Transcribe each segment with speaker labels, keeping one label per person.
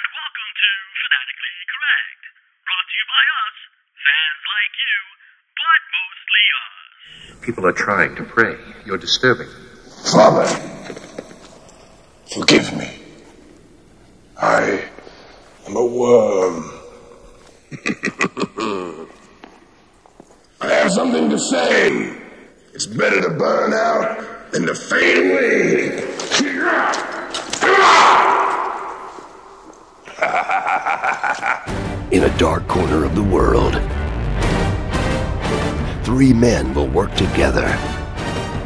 Speaker 1: to Phonetically Correct. Brought to you by us, fans like you, but mostly us.
Speaker 2: People are trying to pray. You're disturbing.
Speaker 3: Father, forgive me. I am a worm. I have something to say. It's better to burn out than to fade away.
Speaker 4: in a dark corner of the world. Three men will work together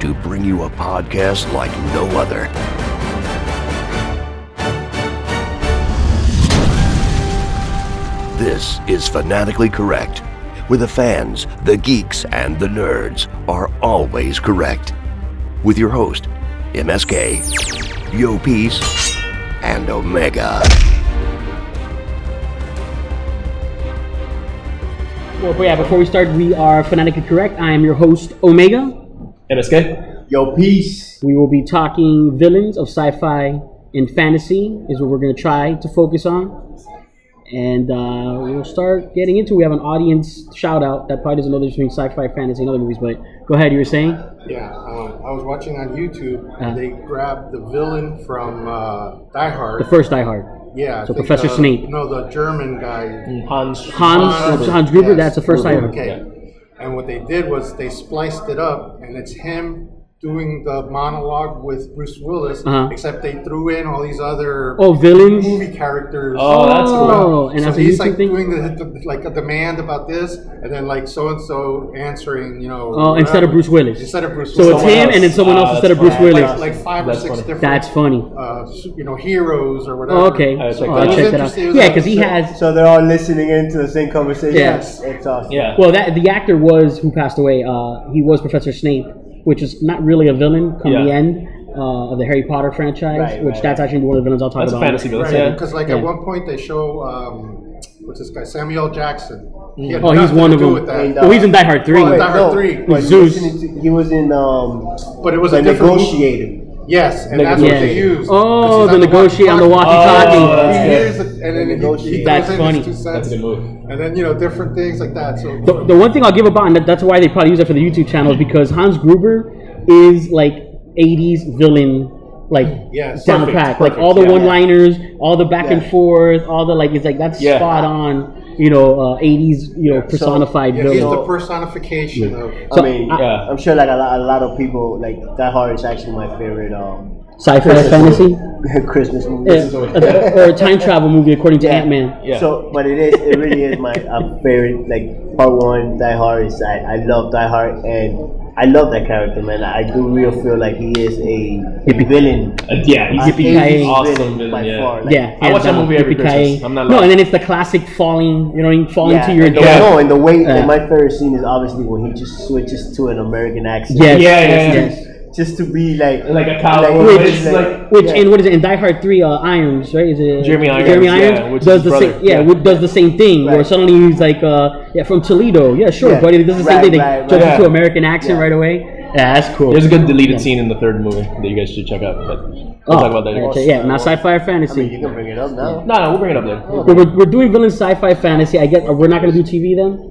Speaker 4: to bring you a podcast like no other. This is Fanatically Correct, where the fans, the geeks, and the nerds are always correct. With your host, MSK, Yo Peace, and Omega.
Speaker 5: Well, but yeah, before we start, we are phonetically correct. I am your host, Omega.
Speaker 6: MSK?
Speaker 7: Yo, peace.
Speaker 5: We will be talking villains of sci fi and fantasy, is what we're going to try to focus on. And uh, we'll start getting into We have an audience shout out that probably doesn't know the difference between sci fi, fantasy, and other movies, but go ahead, you were saying?
Speaker 7: Yeah, um, I was watching on YouTube,
Speaker 5: Uh.
Speaker 7: and they grabbed the villain from uh, Die Hard.
Speaker 5: The first Die Hard.
Speaker 7: yeah, I
Speaker 5: so
Speaker 7: think,
Speaker 5: Professor
Speaker 7: uh,
Speaker 5: Snape.
Speaker 7: No, the German guy.
Speaker 6: Mm, Hans.
Speaker 5: Hans,
Speaker 7: Hans-
Speaker 5: that's Hans Gruber,
Speaker 7: yes.
Speaker 5: that's the first Die Hard.
Speaker 7: Okay, and what they did was they spliced it up, and it's him doing the monologue with Bruce Willis,
Speaker 5: Uh-huh.
Speaker 7: except they threw in all these other
Speaker 5: Oh, villains?
Speaker 7: movie characters.
Speaker 6: Oh, that's cool.
Speaker 5: Oh, and
Speaker 7: so
Speaker 5: that's a
Speaker 7: he's
Speaker 5: YouTube
Speaker 7: like
Speaker 5: thing?
Speaker 7: doing the, the- like a demand about this, and then like so and so answering, you know.
Speaker 5: Oh, instead of
Speaker 7: whatever.
Speaker 5: Bruce Willis.
Speaker 7: Instead of Bruce
Speaker 5: So
Speaker 7: Willis.
Speaker 5: it's him and then someone
Speaker 6: Ah,
Speaker 5: else instead of
Speaker 6: that's
Speaker 5: Bruce
Speaker 6: funny.
Speaker 5: Willis.
Speaker 7: like, like five
Speaker 6: That's
Speaker 7: or six
Speaker 6: funny.
Speaker 7: different.
Speaker 5: That's funny.
Speaker 7: Uh, you know, heroes or whatever.
Speaker 5: Oh, okay.
Speaker 6: I checked
Speaker 5: Oh,
Speaker 6: that
Speaker 5: I
Speaker 6: out.
Speaker 5: checked that out.
Speaker 7: It was
Speaker 5: Yeah, because he
Speaker 7: interesting.
Speaker 5: has
Speaker 8: So they're all listening into the same conversation.
Speaker 5: Yes.
Speaker 8: it's awesome.
Speaker 6: Yeah.
Speaker 5: Well, that the actor was who passed away. Uh, he was Professor Snape, which is not really a villain come the
Speaker 6: Yeah.
Speaker 5: end uh, of the Harry Potter franchise,
Speaker 8: Right,
Speaker 5: which
Speaker 8: right,
Speaker 5: that's actually one of the villains I'll talk
Speaker 6: That's a
Speaker 5: about.
Speaker 6: fantasy villain.
Speaker 7: Right,
Speaker 6: Yeah.
Speaker 7: because like
Speaker 5: Yeah.
Speaker 7: at one point they show um, what's this guy Samuel Jackson. He had
Speaker 5: Oh, he's
Speaker 7: nothing
Speaker 5: one
Speaker 7: to
Speaker 5: of
Speaker 7: do
Speaker 5: them.
Speaker 7: With
Speaker 8: And,
Speaker 7: that.
Speaker 8: uh,
Speaker 5: Oh, he's in Die Hard three.
Speaker 7: Well, Die
Speaker 8: Wait,
Speaker 7: Hard three.
Speaker 8: but he
Speaker 5: Zeus.
Speaker 8: was in- He was in um,
Speaker 7: But it was
Speaker 8: the
Speaker 7: a different
Speaker 8: negotiator.
Speaker 7: Yes, and that's what
Speaker 5: Yeah.
Speaker 7: they used.
Speaker 5: Oh, the negotiate
Speaker 7: negotiate
Speaker 5: on the walkie-talkie.
Speaker 6: Oh, that's
Speaker 7: he
Speaker 6: good.
Speaker 7: used it, and then he- he,
Speaker 8: Negotiate.
Speaker 7: he
Speaker 5: That's
Speaker 7: throws in
Speaker 5: funny.
Speaker 7: his two cents,
Speaker 6: That's a good move.
Speaker 7: and then you know different things like that. So
Speaker 5: The, the one thing I'll give about, and that- that's why they probably use that for the YouTube channel, is because Hans Gruber is like '80s villain, like
Speaker 7: Yes.
Speaker 5: down
Speaker 6: Perfect,
Speaker 5: pack. Like
Speaker 6: perfect,
Speaker 5: all the
Speaker 6: yeah.
Speaker 5: one-liners, all the back and
Speaker 8: Yeah.
Speaker 5: forth, all the like. It's like that's
Speaker 6: Yeah.
Speaker 5: spot on. You know, uh, '80s, you know,
Speaker 8: So,
Speaker 5: personified
Speaker 7: yeah, he's
Speaker 5: villain.
Speaker 7: the personification of.
Speaker 5: So,
Speaker 8: I mean,
Speaker 6: yeah.
Speaker 8: I'm sure like a lot, a lot of people like Die Hard is actually my favorite um,
Speaker 5: Sci-fi
Speaker 8: Christmas
Speaker 5: fantasy.
Speaker 8: movie. Christmas movie.
Speaker 5: Yeah, or a time travel movie according to Ant Man.
Speaker 6: Yeah.
Speaker 8: So, but it is, it really is my uh, favorite. Like part one, Die Hard is I, I love Die Hard and I love that character, man. I do real feel like he is a villain.
Speaker 6: Uh, yeah,
Speaker 8: A
Speaker 6: he's
Speaker 5: yippee-ki-yay.
Speaker 8: villain
Speaker 6: awesome villain,
Speaker 8: by
Speaker 6: yeah.
Speaker 8: far. Like,
Speaker 5: Yeah,
Speaker 6: I
Speaker 5: hands
Speaker 6: watch that
Speaker 5: down.
Speaker 6: movie every
Speaker 5: Yippee-ki-yay.
Speaker 6: Christmas. I'm not
Speaker 5: no,
Speaker 6: lying.
Speaker 5: and then it's the classic falling. You know, what I mean? falling to your
Speaker 8: and the,
Speaker 5: death.
Speaker 8: No, and the way
Speaker 5: Yeah.
Speaker 8: and my favorite scene is obviously when he just switches to an American accent.
Speaker 5: Yes,
Speaker 6: Yeah, yeah,
Speaker 5: yes,
Speaker 6: yeah.
Speaker 5: yes.
Speaker 8: Just to be like
Speaker 6: Like a cowboy,
Speaker 5: but
Speaker 8: just
Speaker 5: it's
Speaker 6: like-
Speaker 5: Which
Speaker 8: yeah.
Speaker 5: and what is it in Die Hard Three? Uh, Irons, right? Is it
Speaker 6: Jeremy Irons,
Speaker 5: Jeremy
Speaker 6: yeah,
Speaker 5: Irons
Speaker 6: which is
Speaker 5: does
Speaker 6: his
Speaker 5: the
Speaker 6: brother,
Speaker 5: same. Yeah,
Speaker 6: yeah.
Speaker 5: who does the same thing? Where
Speaker 8: Right.
Speaker 5: suddenly he's like, uh, yeah, from Toledo. Yeah, sure,
Speaker 8: Yeah.
Speaker 5: buddy. He does the same
Speaker 8: Right,
Speaker 5: thing. They
Speaker 8: right,
Speaker 5: jump
Speaker 6: right.
Speaker 5: into
Speaker 6: Yeah.
Speaker 5: American accent right away. Yeah, that's cool.
Speaker 6: There's a good deleted scene in the third movie that you guys should check out, but we'll
Speaker 5: Oh,
Speaker 6: talk about that.
Speaker 5: okay, yeah, now sci-fi or fantasy.
Speaker 8: you can bring it up now.
Speaker 6: No, no, we'll bring it up later.
Speaker 5: But we're, we're doing villain sci-fi fantasy. I guess we're not gonna do TV then.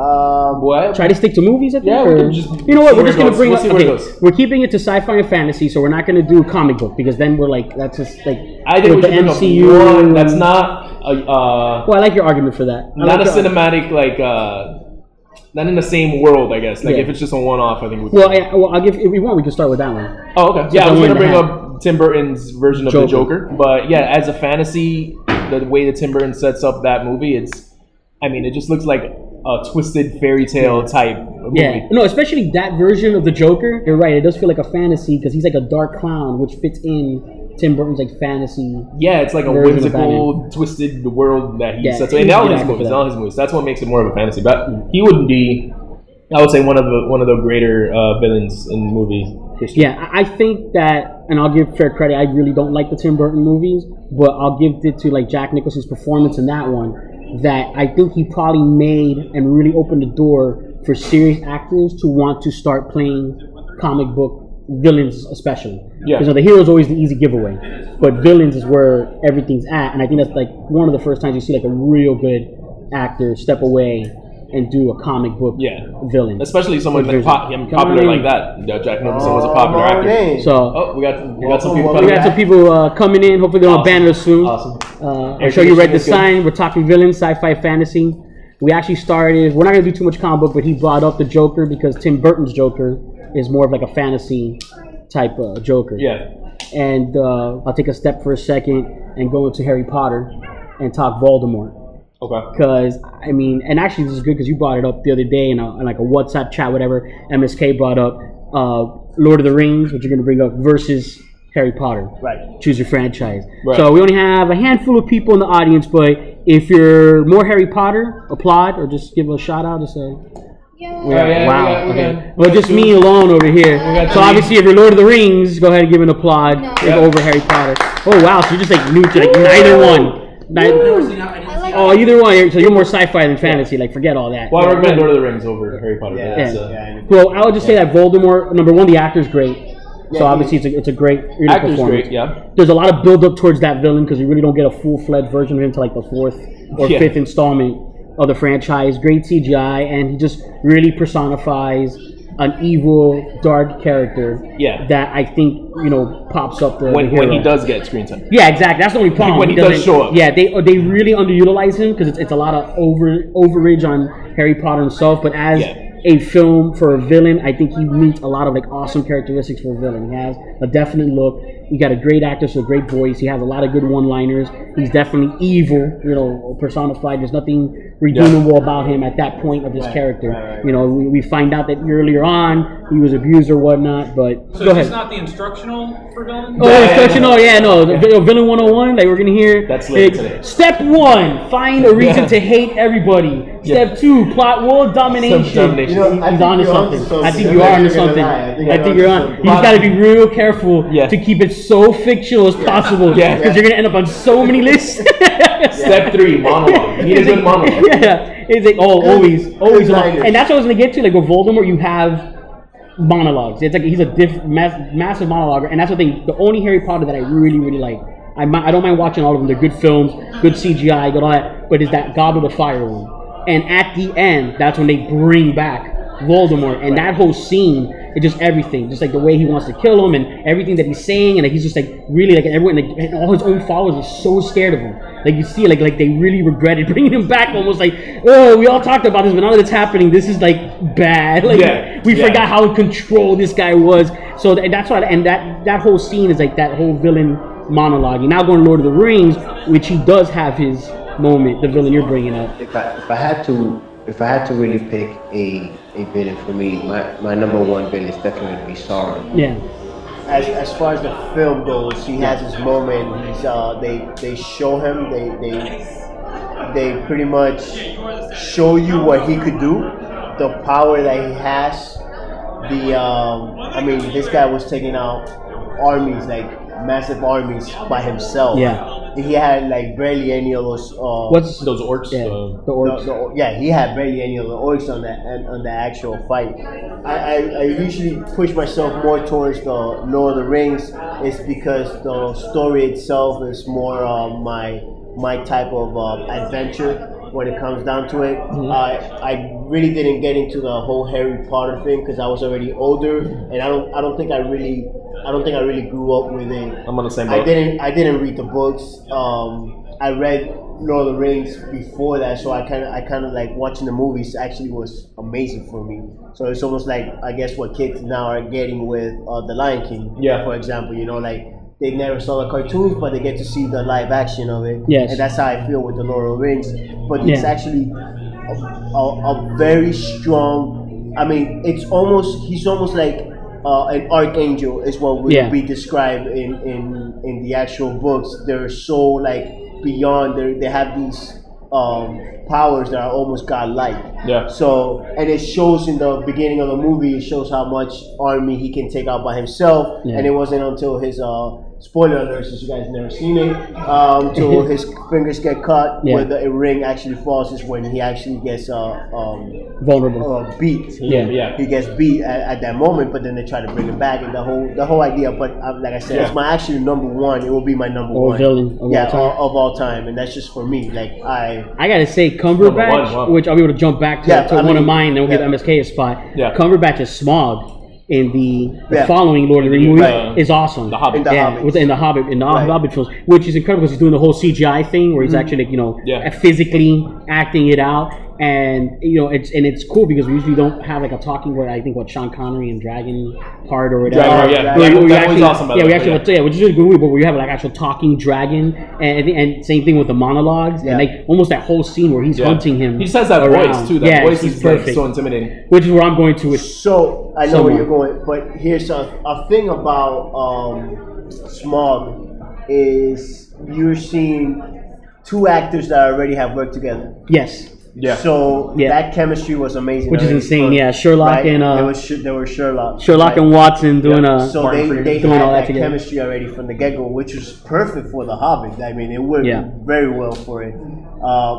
Speaker 8: Um,
Speaker 6: What?
Speaker 5: Try to stick to movies. I think,
Speaker 6: Yeah, we
Speaker 5: or-
Speaker 6: can just
Speaker 5: you know what?
Speaker 6: see
Speaker 5: We're
Speaker 6: where
Speaker 5: just
Speaker 6: it
Speaker 5: gonna
Speaker 6: goes.
Speaker 5: bring
Speaker 6: We'll
Speaker 5: up.
Speaker 6: see where it
Speaker 5: Okay,
Speaker 6: goes.
Speaker 5: we're keeping it to sci-fi and fantasy, so we're not gonna do comic book because then we're like that's just like
Speaker 6: I think we
Speaker 5: with
Speaker 6: should
Speaker 5: the
Speaker 6: bring
Speaker 5: MCU.
Speaker 6: up one that's not a, uh,
Speaker 5: Well, I like your argument for that. I
Speaker 6: not
Speaker 5: like
Speaker 6: a
Speaker 5: your-
Speaker 6: cinematic like uh, not in the same world, I guess. Like
Speaker 5: Yeah.
Speaker 6: if it's just a one-off, I think we.
Speaker 5: Well, I, well, I'll give. If we want, we can start with that one.
Speaker 6: Oh, okay. Yeah, I
Speaker 5: the
Speaker 6: was
Speaker 5: one that
Speaker 6: gonna bring
Speaker 5: had-
Speaker 6: up Tim Burton's version of the
Speaker 5: uh-huh. Joker.
Speaker 6: Joker, but yeah, as a fantasy, the way that Tim Burton sets up that movie, it's, I mean, it just looks like a twisted fairy tale type movie.
Speaker 5: Yeah, no, especially that version of the Joker. You're right; it does feel like a fantasy because he's like a dark clown, which fits in Tim Burton's like fantasy.
Speaker 6: Yeah, it's like a
Speaker 5: Version of
Speaker 6: whimsical, twisted world that he
Speaker 5: Yeah,
Speaker 6: sets
Speaker 5: he
Speaker 6: up. In
Speaker 5: was
Speaker 6: all
Speaker 5: good
Speaker 6: his
Speaker 5: actor for
Speaker 6: movies, in
Speaker 5: that.
Speaker 6: all his movies. That's what makes it more of a fantasy. But he would be, I would say, one of the one of the greater uh, villains in movie history.
Speaker 5: Yeah, I- I think that, and I'll give fair credit. I really don't like the Tim Burton movies, but I'll give it to like Jack Nicholson's performance in that one. That I think he probably made and really opened the door for serious actors to want to start playing comic book villains especially.
Speaker 6: Yeah.
Speaker 5: Because you know, the hero's always the easy giveaway, but villains is where everything's at, and I think that's like one of the first times you see like a real good actor step away and do a comic book
Speaker 6: Yeah.
Speaker 5: villain.
Speaker 6: Especially someone like
Speaker 5: Vision.
Speaker 6: pop, yeah,
Speaker 5: Come on
Speaker 6: popular
Speaker 5: in.
Speaker 6: like that. Yeah, Jack Nicholson
Speaker 8: Oh,
Speaker 6: was a popular actor.
Speaker 5: So
Speaker 6: Oh, we got we got
Speaker 8: Welcome,
Speaker 6: some people
Speaker 8: welcome
Speaker 5: we
Speaker 6: coming
Speaker 5: got
Speaker 6: back.
Speaker 5: some people uh, coming in. Hopefully they're on
Speaker 6: Awesome.
Speaker 5: banner soon.
Speaker 6: Awesome.
Speaker 5: Uh, I'm sure you read the
Speaker 6: Everything is
Speaker 5: sign. We're talking villains, sci-fi, fantasy. We actually started. We're not gonna do too much comic book, but he brought up the Joker because Tim Burton's Joker is more of like a fantasy type uh, Joker.
Speaker 6: Yeah.
Speaker 5: And uh, I'll take a step for a second and go into Harry Potter and talk Voldemort
Speaker 6: Okay.
Speaker 5: because I mean, and actually, this is good because you brought it up the other day in, a, in like a WhatsApp chat, whatever. MSK brought up uh, Lord of the Rings, which you're going to bring up versus Harry Potter.
Speaker 8: Right.
Speaker 5: Choose your franchise.
Speaker 6: Right.
Speaker 5: So we only have a handful of people in the audience, but if you're more Harry Potter, applaud or just give a shout out. Just a
Speaker 6: Yeah, yeah, we
Speaker 5: wow.
Speaker 6: got- we
Speaker 5: okay.
Speaker 6: got- we
Speaker 5: well,
Speaker 6: got
Speaker 5: just
Speaker 6: two.
Speaker 5: me alone over here.
Speaker 6: got
Speaker 5: So
Speaker 6: three.
Speaker 5: obviously, if you're Lord of the Rings, go ahead and give an applaud if
Speaker 6: Yeah.
Speaker 5: over Harry Potter. Oh wow, so you're just like new to like neither one. Neither, Oh, either one. So you're more sci-fi than fantasy. Like, forget all that.
Speaker 6: Well, I recommend Lord of the Rings over Harry Potter.
Speaker 8: Yeah.
Speaker 6: That's,
Speaker 5: Yeah.
Speaker 6: uh,
Speaker 8: Yeah.
Speaker 5: well, I would just say that Voldemort. Number one, the actor's great.
Speaker 8: Yeah,
Speaker 5: so
Speaker 8: he-
Speaker 5: obviously, it's a, it's a great you know,
Speaker 6: Actor's
Speaker 5: performance.
Speaker 6: great. Yeah.
Speaker 5: There's a lot of build up towards that villain because you really don't get a full fledged version of him to like the fourth or
Speaker 6: Yeah.
Speaker 5: fifth installment of the franchise. Great CGI, and he just really personifies an evil, dark character.
Speaker 6: Yeah.
Speaker 5: That I think you know pops up the
Speaker 6: When
Speaker 5: the
Speaker 6: when he
Speaker 5: hero.
Speaker 6: does get screen time.
Speaker 5: Yeah, exactly. That's the only problem.
Speaker 6: when he does
Speaker 5: doesn't-
Speaker 6: show up.
Speaker 5: Yeah, they they really underutilize him because it's, it's a lot of over overage on Harry Potter himself. But as
Speaker 6: Yeah.
Speaker 5: a film for a villain, I think he meets a lot of like awesome characteristics for a villain. He has a definite look. He got a great actor, so a great voice. He has a lot of good one-liners. He's definitely evil, you know, personified. There's nothing redeemable about him at that point of his character. You know, we, we find out that earlier on he was abused or whatnot. But
Speaker 9: So
Speaker 5: go
Speaker 9: it's
Speaker 5: ahead.
Speaker 9: just not the instructional for villain?
Speaker 5: Oh,
Speaker 6: Yeah,
Speaker 5: instructional, yeah, no. The vi- Villain 101, like we're gonna hear.
Speaker 6: That's later
Speaker 5: like,
Speaker 6: today.
Speaker 5: Step one, find a reason
Speaker 6: Yeah.
Speaker 5: to hate everybody. Step two, plot world domination.
Speaker 6: domination.
Speaker 5: You know,
Speaker 8: I
Speaker 5: He's
Speaker 8: think
Speaker 5: onto
Speaker 8: you're onto
Speaker 5: something.
Speaker 8: something.
Speaker 5: I think
Speaker 8: I'm
Speaker 5: you
Speaker 8: not
Speaker 5: are onto
Speaker 8: even gonna
Speaker 5: something.
Speaker 8: lie. I think
Speaker 5: I
Speaker 8: you're
Speaker 5: think you're
Speaker 8: onto
Speaker 5: on. You
Speaker 8: something.
Speaker 5: just gotta be real careful
Speaker 6: Yeah.
Speaker 5: to keep it so fictional as possible.
Speaker 6: Yeah.
Speaker 5: Because you're gonna end up on so many lists.
Speaker 6: Step three, monologue. You need a good monologue.
Speaker 5: Yeah, it's like oh, always, always,
Speaker 8: good
Speaker 5: on.
Speaker 8: writers.
Speaker 5: and that's what I was gonna get to. Like with Voldemort, you have monologues. It's like he's a diff, mass, massive monologuer, and that's the thing. The only Harry Potter that I really, really like. I, mi- I don't mind watching all of them. They're good films, good CGI, good all that. But is that Goblet of Fire one? And at the end, that's when they bring back Voldemort, and that whole scene, it just everything, just like the way he wants to kill him, and everything that he's saying, and like, he's just like really like and everyone, like, and all his own followers are so scared of him. Like you see, like like they really regretted bringing him back, almost like oh, we all talked about this, but now that it's happening, this is like bad. Like
Speaker 6: Yeah,
Speaker 5: we
Speaker 6: yeah.
Speaker 5: forgot how controlled this guy was. So th- and that's why, and that that whole scene is like that whole villain monologue. You're now going Lord of the Rings, which he does have his moment. The villain you're bringing up,
Speaker 8: If I, if I had to, if I had to really pick a, a villain for me, my, my number one villain is definitely going to be Sauron.
Speaker 5: yeah,
Speaker 8: As, as far as the film goes, he has his moment. He's, uh, they they show him. They they they pretty much show you what he could do, the power that he has. The um, I mean, this guy was taking out armies like massive armies by himself.
Speaker 5: Yeah.
Speaker 8: he had like barely any of those. Uh,
Speaker 5: what's
Speaker 6: Those orcs.
Speaker 5: yeah,
Speaker 6: uh,
Speaker 5: the orcs.
Speaker 8: the- the- yeah, he had barely any of the orcs on that and on the actual fight. I, I, I usually push myself more towards the Lord of the Rings. It's because the story itself is more uh, my my type of uh, adventure when it comes down to it. Uh, I really didn't get into the whole Harry Potter thing because I was already older, and I don't I don't think I really I don't think I really grew up with it.
Speaker 6: I'm on the same
Speaker 8: I
Speaker 6: boat.
Speaker 8: didn't. I didn't read the books. Um, I read Lord of the Rings before that, so I kind of, I kind of like watching the movies. Actually, was amazing for me. So it's almost like I guess what kids now are getting with uh, the Lion King.
Speaker 6: Yeah.
Speaker 8: For example, you know, like they never saw the cartoons, but they get to see the live action of it.
Speaker 5: Yes.
Speaker 8: And that's how I feel with the Lord of the Rings. But it's
Speaker 5: Yeah.
Speaker 8: actually a, a, a very strong. I mean, it's almost he's almost like. Uh, an archangel is what we
Speaker 5: Yeah.
Speaker 8: we describe in, in in the actual books they're so like beyond they they have these um, powers that are almost godlike
Speaker 6: Yeah.
Speaker 8: So, and it shows in the beginning of the movie, it shows how much army he can take out by himself.
Speaker 5: Yeah.
Speaker 8: And it wasn't until his, uh, spoiler alert, since you guys never seen it, um, till his fingers get cut,
Speaker 5: Yeah.
Speaker 8: where the ring actually falls, is when he actually gets, uh, um,
Speaker 6: Oh.
Speaker 5: Vulnerable.
Speaker 8: uh, beat.
Speaker 5: Yeah.
Speaker 6: Yeah.
Speaker 8: He gets beat at, at that moment, but then they try to bring him back, and the whole the whole idea. But uh, like I said, it's
Speaker 6: Yeah.
Speaker 8: my actual number one. It will be my number
Speaker 5: Or
Speaker 8: one
Speaker 5: villain of
Speaker 8: yeah,
Speaker 5: all time.
Speaker 8: of- of all time, and that's just for me. Like I,
Speaker 5: I gotta say, Cumberbatch,
Speaker 6: Number one, wow.
Speaker 5: which I'll be able to jump back to,
Speaker 8: Yeah,
Speaker 5: to
Speaker 8: I
Speaker 5: one of
Speaker 8: mean,
Speaker 5: mine, then we'll
Speaker 8: yeah.
Speaker 5: give MSK a spot.
Speaker 6: Yeah.
Speaker 5: Cumberbatch is Smog in the, the
Speaker 8: Yeah.
Speaker 5: following Lord of the Rings movie
Speaker 6: Right.
Speaker 5: is awesome.
Speaker 6: The Hobbit.
Speaker 8: In the
Speaker 5: yeah,
Speaker 8: Hobbit.
Speaker 5: with- in the Hobbit, in the
Speaker 8: Right. Mm-hmm.
Speaker 5: Hobbit films, which is incredible because he's doing the whole CGI thing where he's actually, you know, uh,
Speaker 6: Yeah.
Speaker 5: physically acting it out, and you know, it's and it's cool because we usually don't have like a talking where I think what Sean Connery and Dragon Heart or whatever.
Speaker 6: Dragon Heart, yeah.
Speaker 5: Where you- where you
Speaker 6: That one's
Speaker 5: actually-
Speaker 6: awesome, by the
Speaker 5: yeah, we
Speaker 6: way,
Speaker 5: actually
Speaker 6: yeah.
Speaker 5: have a- yeah, which is a good movie, but where you have like actual talking dragon, and and same thing with the monologues, and
Speaker 8: Yeah.
Speaker 5: like almost that whole scene where he's
Speaker 6: Yeah.
Speaker 5: hunting him.
Speaker 6: He just has that
Speaker 5: around.
Speaker 6: voice too. That
Speaker 5: Yeah,
Speaker 6: voice
Speaker 5: he's
Speaker 6: is perfect.
Speaker 5: perfect.
Speaker 6: so intimidating.
Speaker 5: Which is where I'm going to with
Speaker 8: so I know where
Speaker 5: Someone.
Speaker 8: you're going, but here's a, a thing about um, Smog is you're seeing two actors that already have worked together.
Speaker 5: yes,
Speaker 6: Yeah.
Speaker 8: So
Speaker 5: Yeah.
Speaker 8: that chemistry was amazing.
Speaker 5: Which is
Speaker 8: already.
Speaker 5: insane, yeah, Sherlock and, uh,
Speaker 8: there was, Sh- there were Sherlock.
Speaker 5: Sherlock
Speaker 8: right?
Speaker 5: and Watson doing
Speaker 6: Yeah.
Speaker 5: a
Speaker 8: So
Speaker 6: Martin
Speaker 8: they,
Speaker 6: Freeman.
Speaker 8: they
Speaker 5: Doing
Speaker 8: had
Speaker 5: all that
Speaker 8: that
Speaker 5: together.
Speaker 8: chemistry already from the get go, which was perfect for The Hobbit. I mean, it worked
Speaker 5: Yeah.
Speaker 8: very well for it. Uh,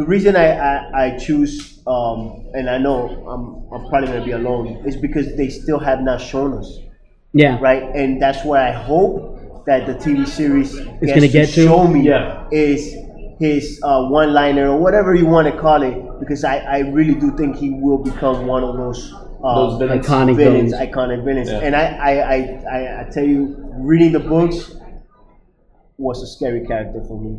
Speaker 8: the reason I, I, I choose, um, and I know I'm, I'm probably going to be alone, is because they still have not shown us,
Speaker 5: yeah,
Speaker 8: right? And that's where I hope that the TV series is
Speaker 5: gonna get to.
Speaker 8: show me
Speaker 6: Yeah.
Speaker 8: is his uh, one liner or whatever you want to call it, because I, I really do think he will become one of those. Uh,
Speaker 6: Those villains.
Speaker 5: iconic
Speaker 8: villains,
Speaker 5: villains.
Speaker 8: iconic villains.
Speaker 6: Yeah.
Speaker 8: And I, I, I, I, I tell you, reading the books was a scary character for me.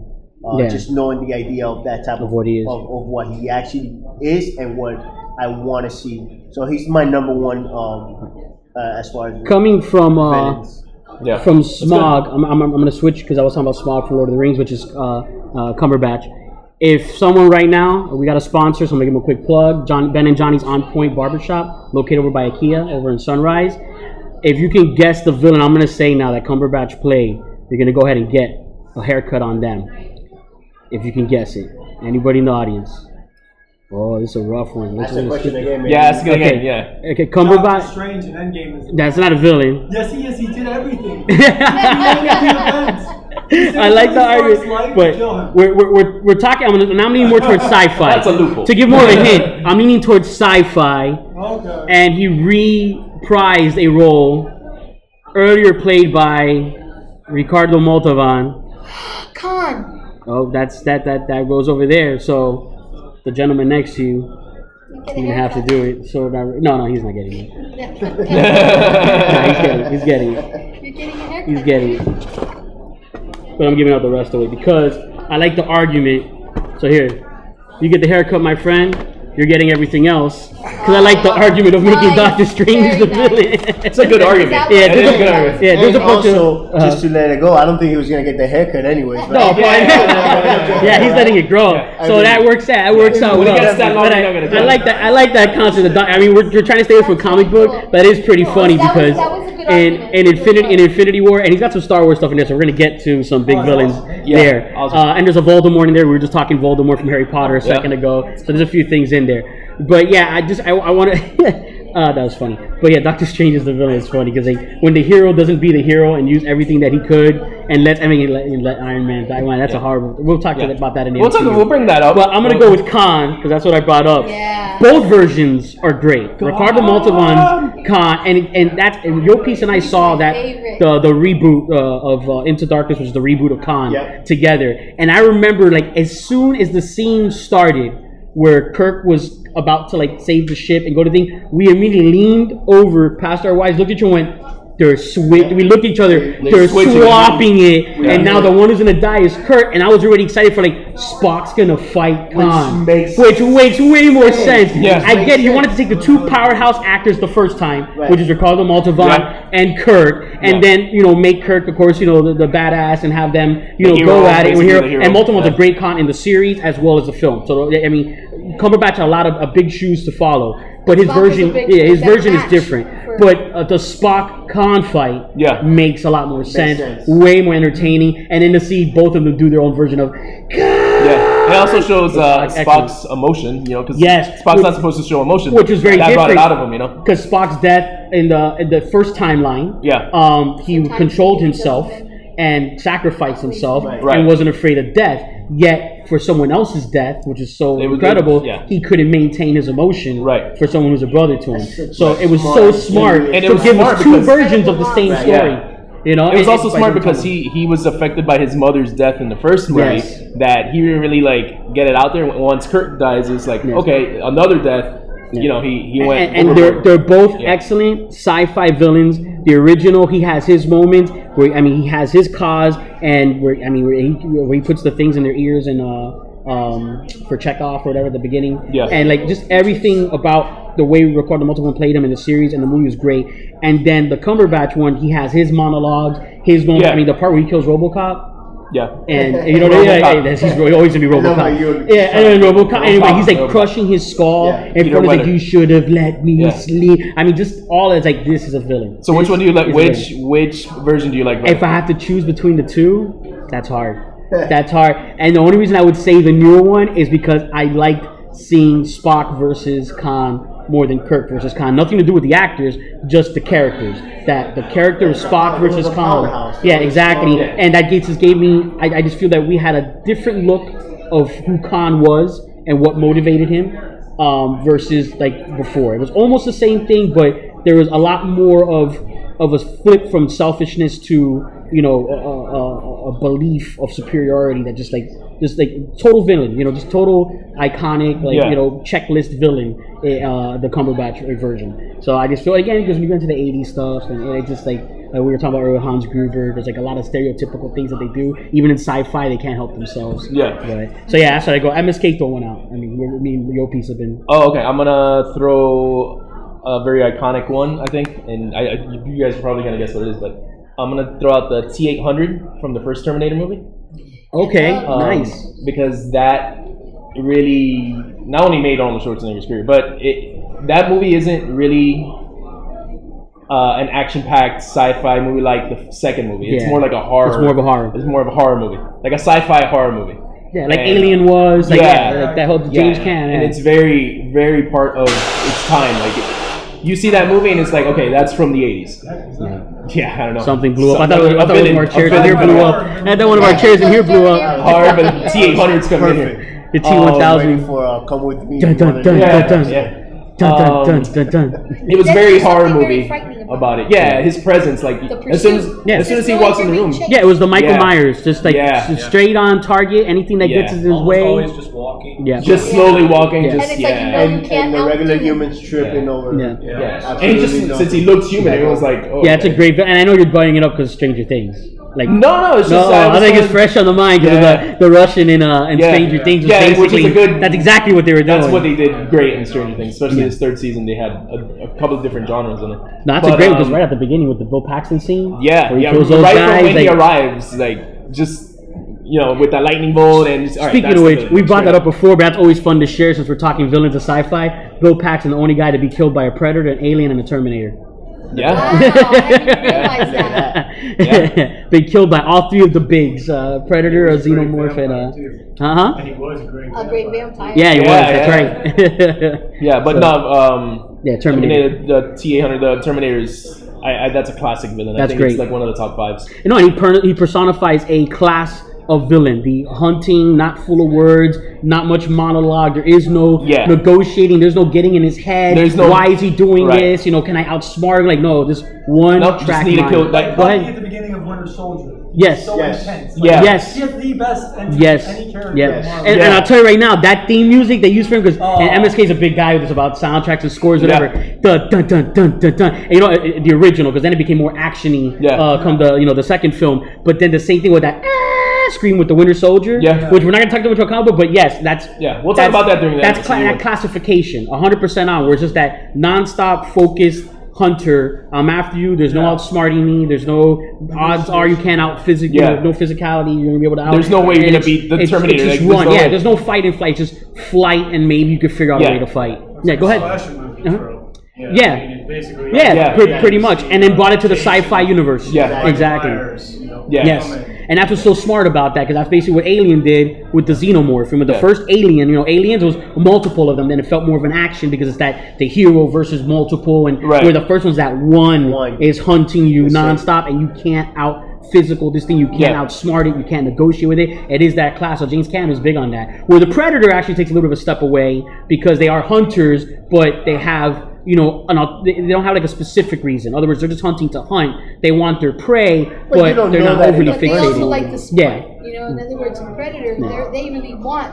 Speaker 8: Uh,
Speaker 5: Yeah.
Speaker 8: Just knowing the idea of that type of,
Speaker 5: Of what he is.
Speaker 8: Of, of what he actually is and what I want to see. So he's my number one um, uh, as far as
Speaker 5: Coming from uh,
Speaker 8: villains.
Speaker 6: Yeah.
Speaker 5: from
Speaker 6: That's good.
Speaker 5: Smog, I'm, I'm, I'm going to switch because I was talking about Smog from Lord of the Rings, which is uh, uh, Cumberbatch. If someone right now, we got a sponsor, so I'm going to give them a quick plug. John, ben and Johnny's On Point Barbershop, located over by IKEA, over in Sunrise. If you can guess the villain, I'm going to say now that Cumberbatch played, you're going to go ahead and get a haircut on them. If you can guess it. Anybody in the audience? Oh, this is a rough one.
Speaker 8: That's the question again, man.
Speaker 6: Yeah. Ask it
Speaker 5: Okay.
Speaker 6: again. Yeah.
Speaker 5: Okay,
Speaker 9: Doctor
Speaker 5: Cumberbatch.
Speaker 9: Strange and Endgame is.
Speaker 5: That's not a villain.
Speaker 9: Yes, he is. He did everything. He did everything.
Speaker 5: I like the
Speaker 9: Life
Speaker 5: argument,
Speaker 9: but kill him.
Speaker 5: but we're, we're, we're, we're talking. I'm, gonna, now I'm leaning more towards sci-fi.
Speaker 6: That's a loophole.
Speaker 5: To give more of a hint, I'm leaning towards sci-fi,
Speaker 9: Okay.
Speaker 5: and he reprised a role earlier played by Ricardo Montalban. Con. Oh, that's that that that goes over there. So the gentleman next to you, you're gonna have to do it. So that, no, no, he's not getting it. No, he's getting it.
Speaker 10: You're
Speaker 5: He's getting it.
Speaker 10: getting a haircut.
Speaker 5: He's getting it. But I'm giving out the rest away because I like the argument. So here, you get the haircut, my friend. You're getting everything else. Because I like the argument of
Speaker 10: Nice.
Speaker 5: making Doctor Strange
Speaker 10: Oh, Very
Speaker 5: the
Speaker 10: nice.
Speaker 5: villain.
Speaker 6: It's a good argument.
Speaker 10: Yeah,
Speaker 5: yeah,
Speaker 6: It is
Speaker 5: there's
Speaker 6: a
Speaker 5: a,
Speaker 6: good argument.
Speaker 5: yeah, there's
Speaker 8: And
Speaker 5: a bunch
Speaker 8: also,
Speaker 5: of. uh,
Speaker 8: just to let it go, I don't think he was gonna get the haircut anyways. Right?
Speaker 5: no, fine.
Speaker 8: yeah.
Speaker 5: yeah, he's letting it grow.
Speaker 8: I
Speaker 5: So
Speaker 8: mean-
Speaker 5: that works out. That works out
Speaker 6: When it
Speaker 5: well.
Speaker 6: gets that long,
Speaker 5: But
Speaker 6: you're not gonna
Speaker 5: I, I
Speaker 6: grow.
Speaker 5: like that. I like that concept. Of doc- I mean, we're, we're trying to stay away from comic book, but it is pretty
Speaker 10: Cool.
Speaker 5: funny
Speaker 10: Oh, That was-
Speaker 5: because
Speaker 10: that was a good
Speaker 5: in,
Speaker 10: argument.
Speaker 5: in
Speaker 10: Good
Speaker 5: Infinity in
Speaker 10: one.
Speaker 5: Infinity War, and he's got some Star Wars stuff in there, so we're gonna get to some big
Speaker 9: Oh,
Speaker 5: villains
Speaker 6: Yeah,
Speaker 5: there.
Speaker 6: awesome.
Speaker 5: Uh, and there's a Voldemort in there. We were just talking Voldemort from Harry Potter a
Speaker 6: Yeah.
Speaker 5: second ago. So there's a few things in there. But yeah, I just I, I want to. Uh, that was funny, but yeah, Doctor Strange is the villain. It's funny because like, when the hero doesn't be the hero and use everything that he could, and let I mean let, let Iron Man die. Wow, that's a horrible. We'll talk
Speaker 6: Yeah.
Speaker 5: about that in the
Speaker 6: We'll talk.
Speaker 5: MCU.
Speaker 6: We'll bring that up.
Speaker 5: But I'm gonna go with Khan because that's what I brought up.
Speaker 10: Yeah.
Speaker 5: Both versions are great. Ricardo Montalban's Khan, and and that's and your piece and I saw that
Speaker 10: favorite.
Speaker 5: the the reboot uh, of uh, Into Darkness, which is the reboot of Khan,
Speaker 8: Yep.
Speaker 5: together. And I remember like as soon as the scene started where Kirk was about to like save the ship and go to thing, we immediately leaned over past our wives, looked at each other, and went. They're swi- We looked at each other.
Speaker 6: They're
Speaker 5: They're
Speaker 6: switching.
Speaker 5: swapping it, and now the one who's gonna die is Kurt. And I was already excited for like Spock's gonna fight Khan,
Speaker 8: makes
Speaker 5: which makes way more sense.
Speaker 6: Yeah.
Speaker 5: I get it. You wanted to take the two powerhouse actors the first time,
Speaker 8: Right.
Speaker 5: which is Ricardo Montalban
Speaker 6: Yeah.
Speaker 5: and Kirk, and
Speaker 6: Yeah.
Speaker 5: then you know make Kirk, of course, you know the, the badass, and have them you
Speaker 6: The
Speaker 5: know
Speaker 6: hero,
Speaker 5: go at it.
Speaker 6: basically
Speaker 5: hero.
Speaker 6: the hero.
Speaker 5: And Montalban's a
Speaker 6: Yeah.
Speaker 5: great con in the series as well as the film. So I mean, Cumberbatch had a lot of uh, big shoes to follow, but his
Speaker 10: Spock is a
Speaker 5: version,
Speaker 10: big-
Speaker 5: yeah, his
Speaker 10: big
Speaker 5: version is
Speaker 10: match
Speaker 5: different.
Speaker 10: for-
Speaker 5: But uh, the Spock con fight,
Speaker 6: Yeah.
Speaker 5: makes a lot more sense,
Speaker 8: sense.
Speaker 5: way more entertaining, and then to see both of them do their own version of
Speaker 6: Yeah. It also shows uh,
Speaker 5: Spock,
Speaker 6: Spock's emotion, you know, because
Speaker 5: Yes,
Speaker 6: Spock's
Speaker 5: which-
Speaker 6: not supposed to show emotion,
Speaker 5: which is very
Speaker 6: that brought it
Speaker 5: different.
Speaker 6: out of him, you know.
Speaker 5: because Spock's death in the in the first timeline,
Speaker 6: Yeah.
Speaker 5: um, he controlled himself and sacrificed himself
Speaker 6: Right.
Speaker 5: and wasn't afraid of death. Yet for someone else's death, which is so
Speaker 6: It was-
Speaker 5: incredible,
Speaker 6: it- yeah.
Speaker 5: he couldn't maintain his emotion
Speaker 6: Right.
Speaker 5: for someone who's a brother to him. So it was so smart
Speaker 6: And it
Speaker 5: to
Speaker 6: was
Speaker 5: give
Speaker 6: smart
Speaker 5: us two
Speaker 6: because-
Speaker 5: versions of the same
Speaker 6: Right,
Speaker 5: story.
Speaker 6: yeah.
Speaker 5: You know,
Speaker 6: It was
Speaker 5: and-
Speaker 6: also
Speaker 5: by
Speaker 6: smart
Speaker 5: doing
Speaker 6: because
Speaker 5: something.
Speaker 6: he, he was affected by his mother's death in the first movie.
Speaker 5: Yes.
Speaker 6: That he didn't really like get it out there. Once Kirk dies, it's like
Speaker 5: Yes.
Speaker 6: okay, another death. You know, he, he went
Speaker 5: and, and they're
Speaker 6: overboard.
Speaker 5: they're both
Speaker 6: Yeah.
Speaker 5: excellent sci-fi villains. The original, he has his moments where I mean he has his cause, and where I mean where he, where he puts the things in their ears and uh um for Chekhov or whatever at the beginning.
Speaker 6: Yeah.
Speaker 5: And like just everything about the way we recorded multiple and played him in the series and the movie was great. And then the Cumberbatch one, he has his monologues, his moment.
Speaker 6: Yeah.
Speaker 5: I mean the part where he kills RoboCop.
Speaker 6: yeah.
Speaker 5: And you know, what yeah,
Speaker 6: RoboCop.
Speaker 5: yeah, that's- he's always gonna be
Speaker 8: know how you
Speaker 5: RoboCop.
Speaker 8: would-
Speaker 5: Yeah, and then RoboCop. Anyway, he's like
Speaker 6: RoboCop.
Speaker 5: crushing his skull
Speaker 8: Yeah.
Speaker 5: in
Speaker 6: Peter
Speaker 5: front of like
Speaker 6: Weller.
Speaker 5: you should have let me
Speaker 6: Yeah.
Speaker 5: sleep. I mean, just all that's like this is a villain.
Speaker 6: So which one do you like?
Speaker 5: It's
Speaker 6: Which which version do you like?
Speaker 5: If I have to choose between the two, that's hard. That's hard. And the only reason I would say the newer one is because I liked seeing Spock versus Khan more than Kirk versus Khan. Nothing to do with the actors, just the characters. That the character of Spock
Speaker 8: It was
Speaker 5: versus
Speaker 8: a
Speaker 5: Khan.
Speaker 8: powerhouse.
Speaker 5: Yeah, exactly. And that Gates just gave me. I, I just feel that we had a different look of who Khan was and what motivated him um, versus like before. It was almost the same thing, but there was a lot more of of a flip from selfishness to you know a, a, a- a belief of superiority that just like just like total villain. You know, just total iconic like
Speaker 6: Yeah.
Speaker 5: you know checklist villain. Uh, the Cumberbatch version. So I just feel again because we go into the '80s stuff and it just like like we were talking about earlier, Hans Gruber. There's like a lot of stereotypical things that they do. Even in sci-fi, they can't help themselves.
Speaker 6: Yeah.
Speaker 5: But, so yeah, that's what I go. MSK throw one out. I mean, we're- me and your piece have been.
Speaker 6: Oh, okay. I'm gonna throw a very iconic one, I think, and I, I, you guys are probably gonna guess what it is, but I'm gonna throw out the T800 from the first Terminator movie.
Speaker 5: Okay,
Speaker 6: Um,
Speaker 5: nice.
Speaker 6: because that really not only made Arnold Schwarzenegger's career, but it that movie isn't really uh, an action-packed sci-fi movie like the second movie. It's
Speaker 5: Yeah.
Speaker 6: more like a horror.
Speaker 5: It's more of a horror.
Speaker 6: It's more of a horror movie, like a sci-fi horror movie.
Speaker 5: Yeah, like
Speaker 6: and-
Speaker 5: Alien was. Like, yeah.
Speaker 6: Yeah.
Speaker 5: like that whole James
Speaker 6: Yeah,
Speaker 5: Can.
Speaker 6: and it's very, very part of its time. Like, it, you see that movie and it's like, okay, that's from the '80s. Yeah, I don't know.
Speaker 5: something blew up. I thought,
Speaker 6: Something-
Speaker 5: I thought one of our
Speaker 6: a
Speaker 5: chairs in
Speaker 6: villain-
Speaker 5: here
Speaker 6: a
Speaker 5: blew
Speaker 6: villain-
Speaker 5: up. I thought one of our chairs in here blew up.
Speaker 6: Hard, but T800's coming in here.
Speaker 5: The T
Speaker 6: Oh,
Speaker 8: waiting
Speaker 5: 1000.
Speaker 8: for uh, come with me.
Speaker 5: Dun, dun, dun,
Speaker 6: Yeah,
Speaker 5: dun,
Speaker 6: yeah.
Speaker 5: dun, dun, dun,
Speaker 6: Um,
Speaker 5: dun, dun.
Speaker 6: It was
Speaker 9: There's
Speaker 6: very
Speaker 9: something
Speaker 6: horror
Speaker 9: very
Speaker 6: movie
Speaker 9: frightening about
Speaker 6: about it. Yeah, his presence, like
Speaker 9: The
Speaker 6: as soon as,
Speaker 9: pursuit.
Speaker 5: Yeah.
Speaker 6: as soon as he
Speaker 9: It's
Speaker 6: walks in
Speaker 9: really
Speaker 6: the room,
Speaker 9: chicken.
Speaker 5: Yeah, it was the Michael
Speaker 6: Yeah.
Speaker 5: Myers, just like
Speaker 6: Yeah.
Speaker 5: s- straight on target. Anything that gets
Speaker 6: Yeah.
Speaker 5: in his way.
Speaker 10: always just walking.
Speaker 5: yeah.
Speaker 6: just slowly walking,
Speaker 5: Yeah.
Speaker 9: And
Speaker 6: just
Speaker 9: it's
Speaker 6: yeah,
Speaker 9: like, you know, you
Speaker 8: And,
Speaker 9: can't
Speaker 8: and the
Speaker 9: outdo
Speaker 8: regular
Speaker 9: him.
Speaker 8: humans tripping over.
Speaker 5: Yeah.
Speaker 10: Yeah.
Speaker 6: yeah. and he
Speaker 8: Absolutely
Speaker 6: just
Speaker 8: not.
Speaker 6: since he looked human, it was like oh,
Speaker 5: Yeah, it's a
Speaker 6: okay.
Speaker 5: great. vi- And I know you're butting it up because Stranger Things. Like
Speaker 6: No, no, it's
Speaker 5: No,
Speaker 6: just
Speaker 5: I
Speaker 6: was
Speaker 5: think it's
Speaker 6: gonna-
Speaker 5: fresh on the mind because
Speaker 6: Yeah.
Speaker 5: the, the Russian in uh in
Speaker 6: Yeah.
Speaker 5: Stranger Things was
Speaker 6: Yeah, which is a
Speaker 5: basically
Speaker 6: good-
Speaker 5: that's exactly what they were doing.
Speaker 6: That's what they did great in Stranger Things, especially this third season. They had a, a couple of different genres in it.
Speaker 5: no, that's a
Speaker 6: But,
Speaker 5: great because
Speaker 6: um,
Speaker 5: right at the beginning with the Bill Paxton scene.
Speaker 6: Yeah,
Speaker 5: where he
Speaker 6: yeah.
Speaker 5: kills those
Speaker 6: right
Speaker 5: guys,
Speaker 6: from when he
Speaker 5: like-
Speaker 6: arrives, like just you know, with that lightning bolt and just, all right,
Speaker 5: Speaking
Speaker 6: that's
Speaker 5: of
Speaker 6: the
Speaker 5: which,
Speaker 6: villain,
Speaker 5: we brought
Speaker 6: straight
Speaker 5: that up before, but that's always fun to share since we're talking villains of sci-fi. Bill Paxton, the only guy to be killed by a predator, an alien, and a Terminator.
Speaker 9: Wow,
Speaker 6: Yeah,
Speaker 9: I didn't realize that.
Speaker 5: Been killed by all three of the bigs: uh, predator, a xenomorph, and uh, uh huh.
Speaker 10: He was a great.
Speaker 9: A great vampire.
Speaker 5: Yeah, he was.
Speaker 6: Yeah,
Speaker 5: That's right.
Speaker 6: yeah. But no, um,
Speaker 5: yeah,
Speaker 6: I mean,
Speaker 5: Terminator.
Speaker 6: the, the T eight hundred, the Terminator's. I, I, that's a classic villain.
Speaker 5: That's
Speaker 6: I think
Speaker 5: great.
Speaker 6: It's like one of the top fives.
Speaker 5: You know, and he, per- he personifies a class of villain. The hunting, not full of words, not much monologue. There is no
Speaker 6: Yeah.
Speaker 5: negotiating. There's no getting in his head.
Speaker 6: There's no-
Speaker 5: Why is he doing
Speaker 6: Right.
Speaker 5: this? You know, can I outsmart him? Like, no, this one
Speaker 6: No, just
Speaker 5: track
Speaker 6: need to
Speaker 5: mind.
Speaker 6: kill. Like,
Speaker 5: Go
Speaker 10: Bucky
Speaker 5: ahead.
Speaker 10: at the beginning of Winter Soldier. He's
Speaker 5: Yes.
Speaker 10: So
Speaker 8: Yes.
Speaker 10: intense.
Speaker 6: Yeah.
Speaker 5: Yes.
Speaker 10: He has the best entrance
Speaker 5: Yes.
Speaker 10: any
Speaker 5: Yes.
Speaker 10: character. in Marvel.
Speaker 5: And, and
Speaker 6: Yeah.
Speaker 5: I'll tell you right now, that theme music they use for him because
Speaker 10: Oh.
Speaker 5: and MSK is a big guy who's about soundtracks and scores,
Speaker 6: Yeah.
Speaker 5: whatever. Dun dun dun dun dun dun. And, you know it- it- the original because then it became more actiony.
Speaker 6: Yeah.
Speaker 5: Uh, come the you know the second film, but then the same thing with that "Ah!" scream with the Winter Soldier.
Speaker 6: Yeah.
Speaker 5: Which we're not gonna talk too much about combo, but yes, that's
Speaker 6: Yeah, we'll
Speaker 5: that's-
Speaker 6: talk about that during the
Speaker 5: That's
Speaker 6: MSK
Speaker 5: cla- that
Speaker 6: one.
Speaker 5: classification, 100 percent on. Where it's just that nonstop focused. Hunter, I'm after you. There's no outsmarting me. There's no odds are you can't out physically.
Speaker 6: Yeah.
Speaker 5: No physicality. You're gonna be able to out.
Speaker 6: There's no way
Speaker 5: And
Speaker 6: you're gonna
Speaker 5: it's-
Speaker 6: beat the
Speaker 5: it's-
Speaker 6: Terminator,
Speaker 5: It's just
Speaker 6: like, there's
Speaker 5: run.
Speaker 6: no
Speaker 5: yeah,
Speaker 6: way.
Speaker 5: there's no fight and flight. Just flight, and maybe you could figure out a
Speaker 6: Yeah.
Speaker 5: way to fight. Yeah, go ahead.
Speaker 10: Flash movie
Speaker 5: Uh-huh.
Speaker 10: trope.
Speaker 5: Yeah,
Speaker 10: basically.
Speaker 5: Yeah, pre- pretty much. And then brought it to the sci-fi universe. Yeah, exactly.
Speaker 6: Yeah.
Speaker 5: Yes, and that's what's so smart about that because that's basically what Alien did with the Xenomorph. Remember the
Speaker 6: Yeah.
Speaker 5: first Alien? You know, Aliens was multiple of them. Then it felt more of an action because it's that the hero versus multiple, and
Speaker 6: Right.
Speaker 5: where the first one's that one, is hunting you nonstop, and you can't out physical this thing. You can't
Speaker 6: Yeah.
Speaker 5: outsmart it. You can't negotiate with it. It is that class. So James Cameron is big on that. Where the Predator actually takes a little bit of a step away because they are hunters, but they have you know an, au- they they don't have like a specific reason. In other words, they're just hunting to hunt. They want their prey, but,
Speaker 8: you don't
Speaker 5: they're
Speaker 8: know
Speaker 5: not
Speaker 8: that
Speaker 5: overly
Speaker 8: in
Speaker 5: fixated.
Speaker 8: the
Speaker 11: They also like the sport.
Speaker 5: yeah.
Speaker 11: You know, in other words, a predator,
Speaker 5: Yeah.
Speaker 11: they're- they really want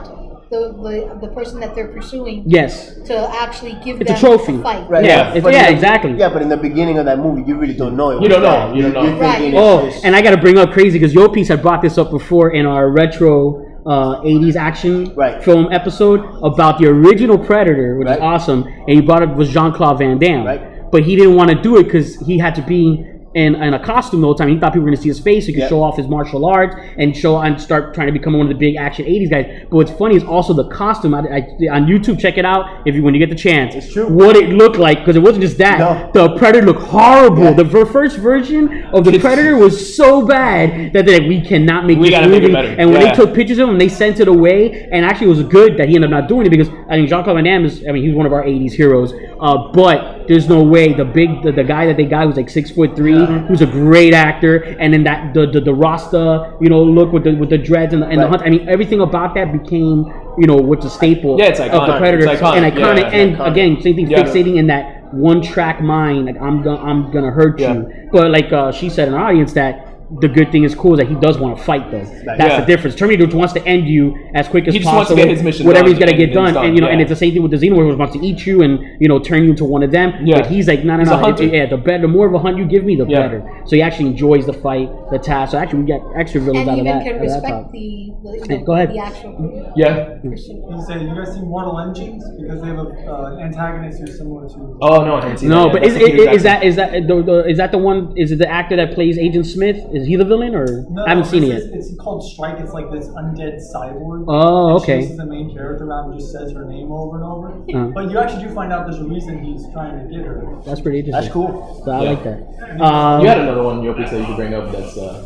Speaker 11: the, the the person that they're pursuing
Speaker 5: Yes.
Speaker 11: to actually give
Speaker 5: It's a
Speaker 11: them
Speaker 5: trophy.
Speaker 11: fight.
Speaker 5: Right. Yeah, it's-
Speaker 8: but
Speaker 5: yeah,
Speaker 8: in the-
Speaker 5: exactly.
Speaker 8: Yeah, but in the beginning of that movie, you really don't know. It
Speaker 6: You don't
Speaker 8: was
Speaker 6: know,
Speaker 8: that.
Speaker 6: you don't know.
Speaker 8: You're thinking it's
Speaker 5: Oh,
Speaker 8: just-
Speaker 5: and I got to bring up crazy because Yo Piece had brought this up before in our retro uh, 80s action film episode about the original Predator, which is awesome. And he brought up was Jean Claude Van Damme. But he didn't want to do it because he had to be. In, in a costume the whole time, he thought people were going to see his face. He could
Speaker 6: Yeah.
Speaker 5: show off his martial arts and show and start trying to become one of the big action '80s guys. But what's funny is also the costume. I, I, on YouTube, check it out if you when you get the chance. It's true. What it looked like because it wasn't just that. The Predator looked horrible. The ver- first version of the Predator was so bad that they're like, we cannot make
Speaker 6: We
Speaker 5: this
Speaker 6: gotta make it
Speaker 5: movie.
Speaker 6: better.
Speaker 5: And when
Speaker 6: Yeah.
Speaker 5: they took pictures of him, they sent it away. And actually, it was good that he ended up not doing it because I think Jean Claude Van Damme is. I mean, he's one of our '80s heroes. Uh, but there's no way the big the, the guy that they got who's like six foot three, who's a great actor, and then that the the, the Rasta you know look with the with the dreads and the, and the
Speaker 6: Right.
Speaker 5: hunt. I mean, everything about that became you know what's a staple
Speaker 6: Yeah, it's
Speaker 5: of the
Speaker 6: iconic.
Speaker 5: Predator
Speaker 6: It's iconic.
Speaker 5: and iconic.
Speaker 6: Yeah, yeah.
Speaker 5: and again, same thing,
Speaker 6: Yeah.
Speaker 5: fixating in that one track mind. Like I'm gonna I'm gonna hurt you. But like uh, she said in the audience that. The good thing is cool is that he does want to fight though. That's
Speaker 6: Yeah.
Speaker 5: the difference. Terminator wants to end you as quick as
Speaker 6: He just
Speaker 5: possible.
Speaker 6: wants to get his mission
Speaker 5: whatever
Speaker 6: done,
Speaker 5: he's gotta
Speaker 6: and
Speaker 5: get
Speaker 6: it's
Speaker 5: done,
Speaker 6: done,
Speaker 5: and you know, and
Speaker 6: yeah.
Speaker 5: it's the same thing with the Xenomorph who wants to eat you and you know turn you into one of them.
Speaker 6: Yeah.
Speaker 5: But he's like, no, no,
Speaker 6: He's a
Speaker 5: no. it-
Speaker 6: hunter.
Speaker 5: yeah, the better, the more of a hunt you give me, the
Speaker 6: Yeah.
Speaker 5: better. So he actually enjoys the fight, the task. So actually, we got extra villains
Speaker 11: and
Speaker 5: out of
Speaker 11: even
Speaker 5: that. out
Speaker 11: can
Speaker 5: of that
Speaker 11: respect
Speaker 5: topic.
Speaker 11: the,
Speaker 5: Yeah,
Speaker 11: the,
Speaker 5: go ahead.
Speaker 11: the actual
Speaker 6: Yeah.
Speaker 10: You said you guys seen Mortal Engines because they have an uh, antagonist who's similar to.
Speaker 6: Oh, no, I haven't seen
Speaker 5: No,
Speaker 6: that.
Speaker 5: but
Speaker 6: yet.
Speaker 5: is,
Speaker 6: That's the
Speaker 5: is, is
Speaker 6: exact-
Speaker 5: that is that the, the, is that the one? Is it the actor that plays Agent Smith? Is he the villain or I haven't seen it
Speaker 10: it's,
Speaker 5: yet?
Speaker 10: It's it's called Strike. It's like this undead cyborg.
Speaker 5: Oh,
Speaker 10: that
Speaker 5: okay.
Speaker 10: chases the main character around and just says her name over and over.
Speaker 5: Uh-huh.
Speaker 10: But you actually do find out there's a reason he's trying to get her.
Speaker 5: That's pretty interesting.
Speaker 10: That's
Speaker 8: cool.
Speaker 5: So I
Speaker 10: Yeah.
Speaker 5: like that. Um,
Speaker 6: you had another one, Yopi, that you could bring up that's uh,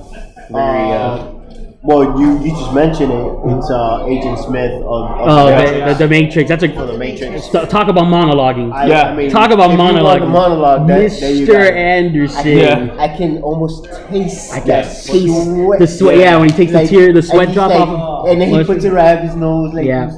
Speaker 6: very. Uh,
Speaker 8: well, you you just mentioned it. It's uh, Agent Smith of, of
Speaker 5: Oh,
Speaker 8: Matrix.
Speaker 5: the, the, the Matrix. That's a
Speaker 8: Oh, the Matrix.
Speaker 5: T- talk about monologuing.
Speaker 8: I- Yeah. I mean,
Speaker 5: talk about
Speaker 8: if you want the
Speaker 5: monologuing.
Speaker 8: monologue, that- there you got
Speaker 5: Mr.
Speaker 8: it.
Speaker 5: Anderson.
Speaker 8: I can, I can almost taste
Speaker 5: I can
Speaker 8: that
Speaker 5: taste
Speaker 8: sweat.
Speaker 5: the sweat- yeah, when he takes the tear- the
Speaker 8: and
Speaker 5: sweat
Speaker 8: he's
Speaker 5: drop
Speaker 8: like-
Speaker 5: off.
Speaker 8: and then he
Speaker 5: Lotion.
Speaker 8: puts it right up his nose. Like,
Speaker 5: Yeah.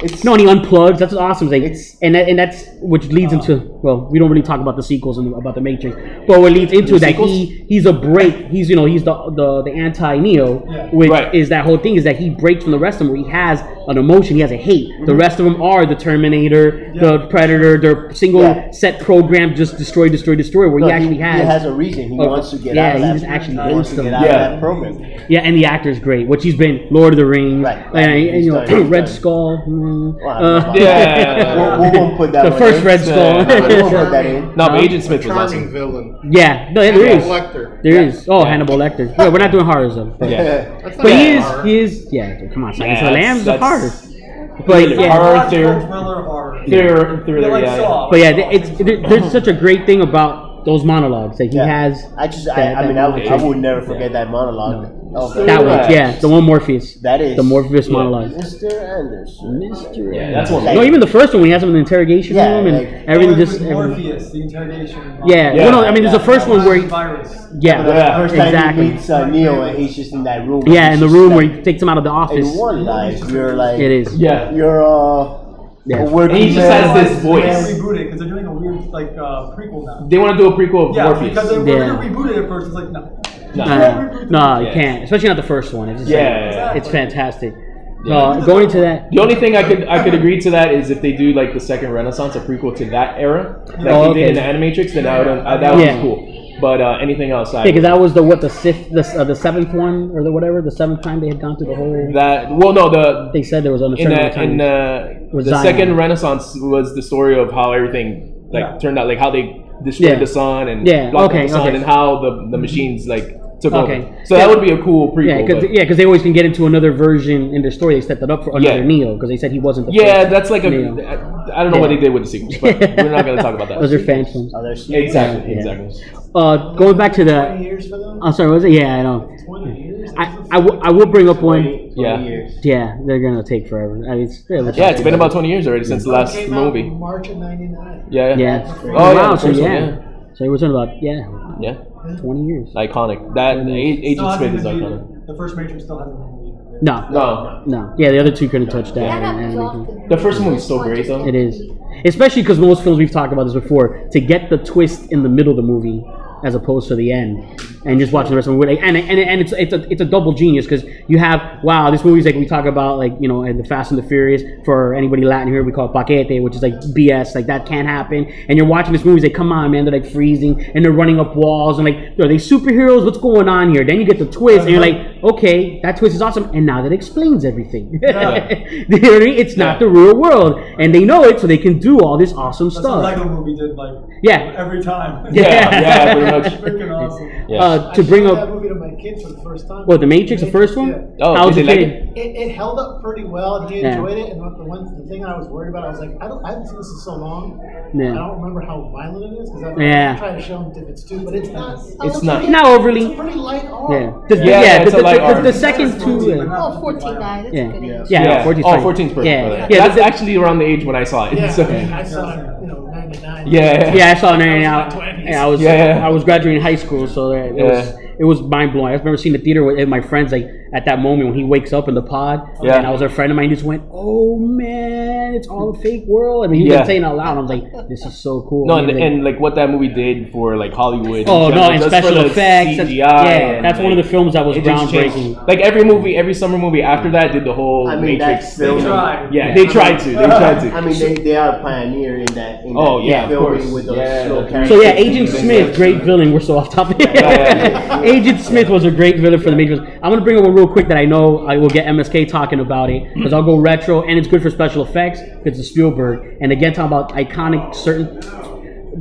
Speaker 8: he's-
Speaker 5: no, and he unplugs. That's an awesome thing. and that, and that's which leads into
Speaker 8: Oh.
Speaker 5: well, we don't really talk about the sequels and about the Matrix, but what leads into
Speaker 6: The
Speaker 5: that
Speaker 6: sequels?
Speaker 5: he he's a break. He's you know he's the the, the anti Neo, which
Speaker 6: Right.
Speaker 5: is that whole thing is that he breaks from the rest of them. Where he has an emotion, he has a hate. The
Speaker 8: Mm-hmm.
Speaker 6: Mhm.
Speaker 5: rest of them are the Terminator, the Predator, their single
Speaker 8: Yeah.
Speaker 5: set program, just destroy, destroy, destroy. Where
Speaker 8: No,
Speaker 5: he actually has
Speaker 8: he has a reason. He
Speaker 5: a-
Speaker 8: wants to get
Speaker 5: yeah,
Speaker 8: out of
Speaker 5: he
Speaker 8: that.
Speaker 5: just actually
Speaker 8: he wants to
Speaker 5: wants
Speaker 8: get
Speaker 5: to-
Speaker 8: out
Speaker 5: Yeah.
Speaker 8: of that program.
Speaker 5: yeah, and the actor's great, which he's been Lord of the Rings, and, and, you know
Speaker 8: He's done, he's
Speaker 5: Red
Speaker 8: done.
Speaker 5: Skull. mm,
Speaker 8: Well, I
Speaker 5: uh,
Speaker 8: don't know. Yeah. We- we won't put that
Speaker 5: the
Speaker 8: one
Speaker 5: first
Speaker 8: in.
Speaker 5: Red
Speaker 8: Yeah.
Speaker 5: Skull.
Speaker 8: We won't put that in. No, but
Speaker 7: Agent Smith was awesome. Charming villain.
Speaker 5: Yeah, no, there is.
Speaker 7: Hannibal Lecter.
Speaker 5: There is. Oh, Hannibal Lecter. Yeah, we're not doing horrors though. But,
Speaker 6: Yeah.
Speaker 7: That's
Speaker 5: but he
Speaker 7: not a
Speaker 5: is.
Speaker 7: horror.
Speaker 5: He is. Yeah, come on, Silence
Speaker 6: Yeah,
Speaker 5: of the Lambs is a
Speaker 6: that's-
Speaker 5: horror.
Speaker 6: that's-
Speaker 5: But
Speaker 6: Thriller,
Speaker 5: yeah,
Speaker 6: horror,
Speaker 10: Thriller, thriller, horror.
Speaker 6: Thriller, thriller,
Speaker 10: Like
Speaker 6: yeah,
Speaker 10: Saw.
Speaker 5: But yeah, it's there- there's such a great thing about those monologues that he has.
Speaker 8: I just,
Speaker 5: that-
Speaker 8: I, I mean, I
Speaker 5: that
Speaker 8: would, I would never forget that monologue. of the-
Speaker 5: That one, yeah, the one Morpheus.
Speaker 8: That is
Speaker 5: the Morpheus monologue.
Speaker 8: Mr. Anderson.
Speaker 5: Mr.
Speaker 6: Yeah, that's one.
Speaker 5: No, even the first one when he has him in the interrogation
Speaker 8: Yeah,
Speaker 5: room and
Speaker 8: like-
Speaker 5: everything
Speaker 10: With
Speaker 5: just. everything-
Speaker 10: Morpheus, the interrogation.
Speaker 5: Yeah, well, no, I mean, there's the first one where he-
Speaker 10: Virus.
Speaker 5: Yeah,
Speaker 8: But the first time
Speaker 5: exactly.
Speaker 8: he meets uh, Neo, and he's just in that room.
Speaker 5: Yeah, in
Speaker 8: He's
Speaker 5: the
Speaker 8: just
Speaker 5: room
Speaker 8: like-
Speaker 5: where he takes him out of the office.
Speaker 8: In one life, you're like
Speaker 5: It is.
Speaker 6: Yeah.
Speaker 8: you're uh,
Speaker 5: Yeah.
Speaker 8: a working
Speaker 6: And he just
Speaker 8: man.
Speaker 6: has this
Speaker 10: They
Speaker 6: voice.
Speaker 10: rebooted because they're doing a weird like uh, prequel now.
Speaker 6: They want to do a prequel of
Speaker 10: yeah,
Speaker 6: Morpheus.
Speaker 10: because they were
Speaker 5: Yeah.
Speaker 10: gonna reboot it at first. It's like no.
Speaker 5: No,
Speaker 10: Yeah.
Speaker 5: no, Um, no, you
Speaker 6: Yeah.
Speaker 5: can't. Especially not the first one. It's just like-
Speaker 6: Yeah.
Speaker 5: it's fantastic.
Speaker 6: Yeah.
Speaker 5: Uh, going into that,
Speaker 6: The only thing I could I could agree to that is if they do like the second Renaissance, a prequel to that era, like
Speaker 5: Oh,
Speaker 6: they did in
Speaker 5: okay.
Speaker 6: the Animatrix, then I would uh, that would
Speaker 5: Yeah.
Speaker 6: be cool. But uh, anything else, I
Speaker 5: because that was the what the fifth, the, uh, the seventh one or the whatever, the seventh time they had gone through the whole.
Speaker 6: that well no the
Speaker 5: They said there was a
Speaker 6: in
Speaker 5: certain amount of
Speaker 6: the,
Speaker 5: time.
Speaker 6: in the,
Speaker 5: With
Speaker 6: the
Speaker 5: Zion.
Speaker 6: second Renaissance was the story of how everything like
Speaker 10: Yeah.
Speaker 6: turned out, like how they destroyed
Speaker 5: Yeah.
Speaker 6: the sun and
Speaker 5: Yeah,
Speaker 6: blocked out
Speaker 5: okay,
Speaker 6: the sun
Speaker 5: okay.
Speaker 6: and how the the machines like took
Speaker 5: Okay.
Speaker 6: over. So that would be a cool prequel.
Speaker 5: Yeah, because
Speaker 6: but-
Speaker 5: they always can get into another version in their story. They stepped it up for another
Speaker 6: Yeah.
Speaker 5: Neo because they said he wasn't the
Speaker 6: yeah,
Speaker 5: first
Speaker 6: that's like a.
Speaker 5: Neo.
Speaker 6: I, I don't know what they did with the sequels, but we're not going to talk about that.
Speaker 5: Those are fan films.
Speaker 6: Exactly, exactly.
Speaker 5: Uh, going back to the. I'm sorry, what was it? Yeah, I know. Uh, I, I, w- I will bring up one.
Speaker 6: Yeah. 20 years.
Speaker 5: Yeah, they're gonna take forever. I mean, it's,
Speaker 6: Yeah, it's been about 20 years already since the last
Speaker 10: Came out
Speaker 6: movie.
Speaker 10: in March of '99.
Speaker 6: Yeah, yeah.
Speaker 5: Yeah.
Speaker 6: Oh, yeah,
Speaker 5: Wow,
Speaker 6: the
Speaker 5: so
Speaker 6: first one,
Speaker 5: yeah.
Speaker 6: yeah.
Speaker 5: So we're talking about yeah,
Speaker 6: Yeah.
Speaker 5: 20 years.
Speaker 6: Iconic. That A-
Speaker 10: Still
Speaker 6: Agent Smith
Speaker 10: hasn't
Speaker 6: is
Speaker 10: been
Speaker 6: iconic.
Speaker 10: deleted. The first Matrix still hasn't been deleted.
Speaker 5: No.
Speaker 6: No.
Speaker 5: No. Yeah, the other two couldn't touch that.
Speaker 10: Yeah.
Speaker 5: and anything.
Speaker 6: The first movie's so great though.
Speaker 5: It is, especially because most films we've talked about this before. To get the twist in the middle of the movie, as opposed to the end, and just watching the rest of the movie, and and, and it's it's a it's a double genius because you have wow, this movie's like we talk about like you know in the Fast and the Furious for anybody Latin here we call it paquete, which is like BS, like that can't happen. And you're watching this movie, it's like come on man, they're like freezing and they're running up walls and like are they superheroes? What's going on here? Then you get the twist, and you're like okay, that twist is awesome, and now that explains everything. You know what I mean? It's not the real world, and they know it, so they can do all this awesome
Speaker 10: That's what
Speaker 5: stuff.
Speaker 10: Lego movie did like
Speaker 5: Yeah.
Speaker 10: every time.
Speaker 5: Yeah, yeah, pretty much.
Speaker 10: Freaking awesome.
Speaker 5: Uh, to bring
Speaker 9: that
Speaker 5: up
Speaker 9: movie to my kid for the first time.
Speaker 5: well, the Matrix, the first one.
Speaker 6: Oh,
Speaker 5: How's
Speaker 6: did
Speaker 5: it
Speaker 6: they like
Speaker 5: kid?
Speaker 9: It, it held up pretty well. He
Speaker 5: Yeah.
Speaker 9: enjoyed it, and the one the thing I was worried about, I was like, I don't, I haven't seen this in so long.
Speaker 5: Yeah.
Speaker 9: I don't remember how violent it is because
Speaker 5: Yeah.
Speaker 9: I try to show him Divots too, but it's not.
Speaker 6: It's not.
Speaker 5: Not overly.
Speaker 9: It's a pretty light R.
Speaker 5: Yeah, the, yeah,
Speaker 6: Yeah,
Speaker 5: the,
Speaker 6: it's a
Speaker 5: the-
Speaker 6: light
Speaker 5: the-
Speaker 6: arm.
Speaker 5: the second two. uh,
Speaker 11: Oh, 14, guys. That's
Speaker 5: Yeah.
Speaker 11: a good age.
Speaker 5: Yeah,
Speaker 6: Yeah.
Speaker 5: no, 14's
Speaker 6: oh,
Speaker 5: fine.
Speaker 6: 14's perfect.
Speaker 5: Yeah,
Speaker 6: for that.
Speaker 5: yeah,
Speaker 6: That's
Speaker 5: the-
Speaker 6: actually around the age when I saw it.
Speaker 9: Yeah,
Speaker 6: so-
Speaker 9: I
Speaker 6: yeah,
Speaker 9: saw it, you know, 99.
Speaker 6: yeah.
Speaker 5: Yeah, I saw it
Speaker 9: I
Speaker 5: and I,
Speaker 9: was in my 20s.
Speaker 5: yeah, I was
Speaker 6: Yeah, yeah.
Speaker 5: I was graduating high school, so that- it was it was mind blowing. I remember seeing the theater with and my friends like at that moment when he wakes up in the pod.
Speaker 6: Yeah.
Speaker 5: and I was a friend of mine who just went, "Oh man, it's all a fake world." I mean, he
Speaker 6: Yeah.
Speaker 5: was saying it out loud. I was like, "This is so cool."
Speaker 6: No,
Speaker 5: I
Speaker 6: and,
Speaker 5: mean, like-
Speaker 6: and like what that movie did for like Hollywood. in
Speaker 5: Oh no!
Speaker 6: general,
Speaker 5: And
Speaker 6: just
Speaker 5: special
Speaker 6: for the
Speaker 5: effects. that's-
Speaker 6: CGI
Speaker 5: yeah,
Speaker 6: and,
Speaker 5: that's one of
Speaker 6: like,
Speaker 5: the films that was
Speaker 6: it just changed.
Speaker 5: groundbreaking.
Speaker 6: Like every movie, every summer movie after that did the whole
Speaker 8: I mean,
Speaker 6: Matrix.
Speaker 8: that's film.
Speaker 6: thing.
Speaker 10: tried.
Speaker 6: Yeah, they tried to. They tried to.
Speaker 8: I mean, they, they are a pioneer in that. In
Speaker 6: Oh,
Speaker 8: that
Speaker 6: yeah, of
Speaker 8: filming
Speaker 6: course.
Speaker 8: With those
Speaker 6: Yeah.
Speaker 8: slow characters.
Speaker 5: So yeah, Agent Smith, great villain. We're so off topic.
Speaker 6: yeah,
Speaker 5: Agent Smith was a great villain for the Matrix. I'm gonna bring up one real quick that I know I will get MSK talking about it because I'll go retro and it's good for special effects. It's a Spielberg, and again talking about iconic certain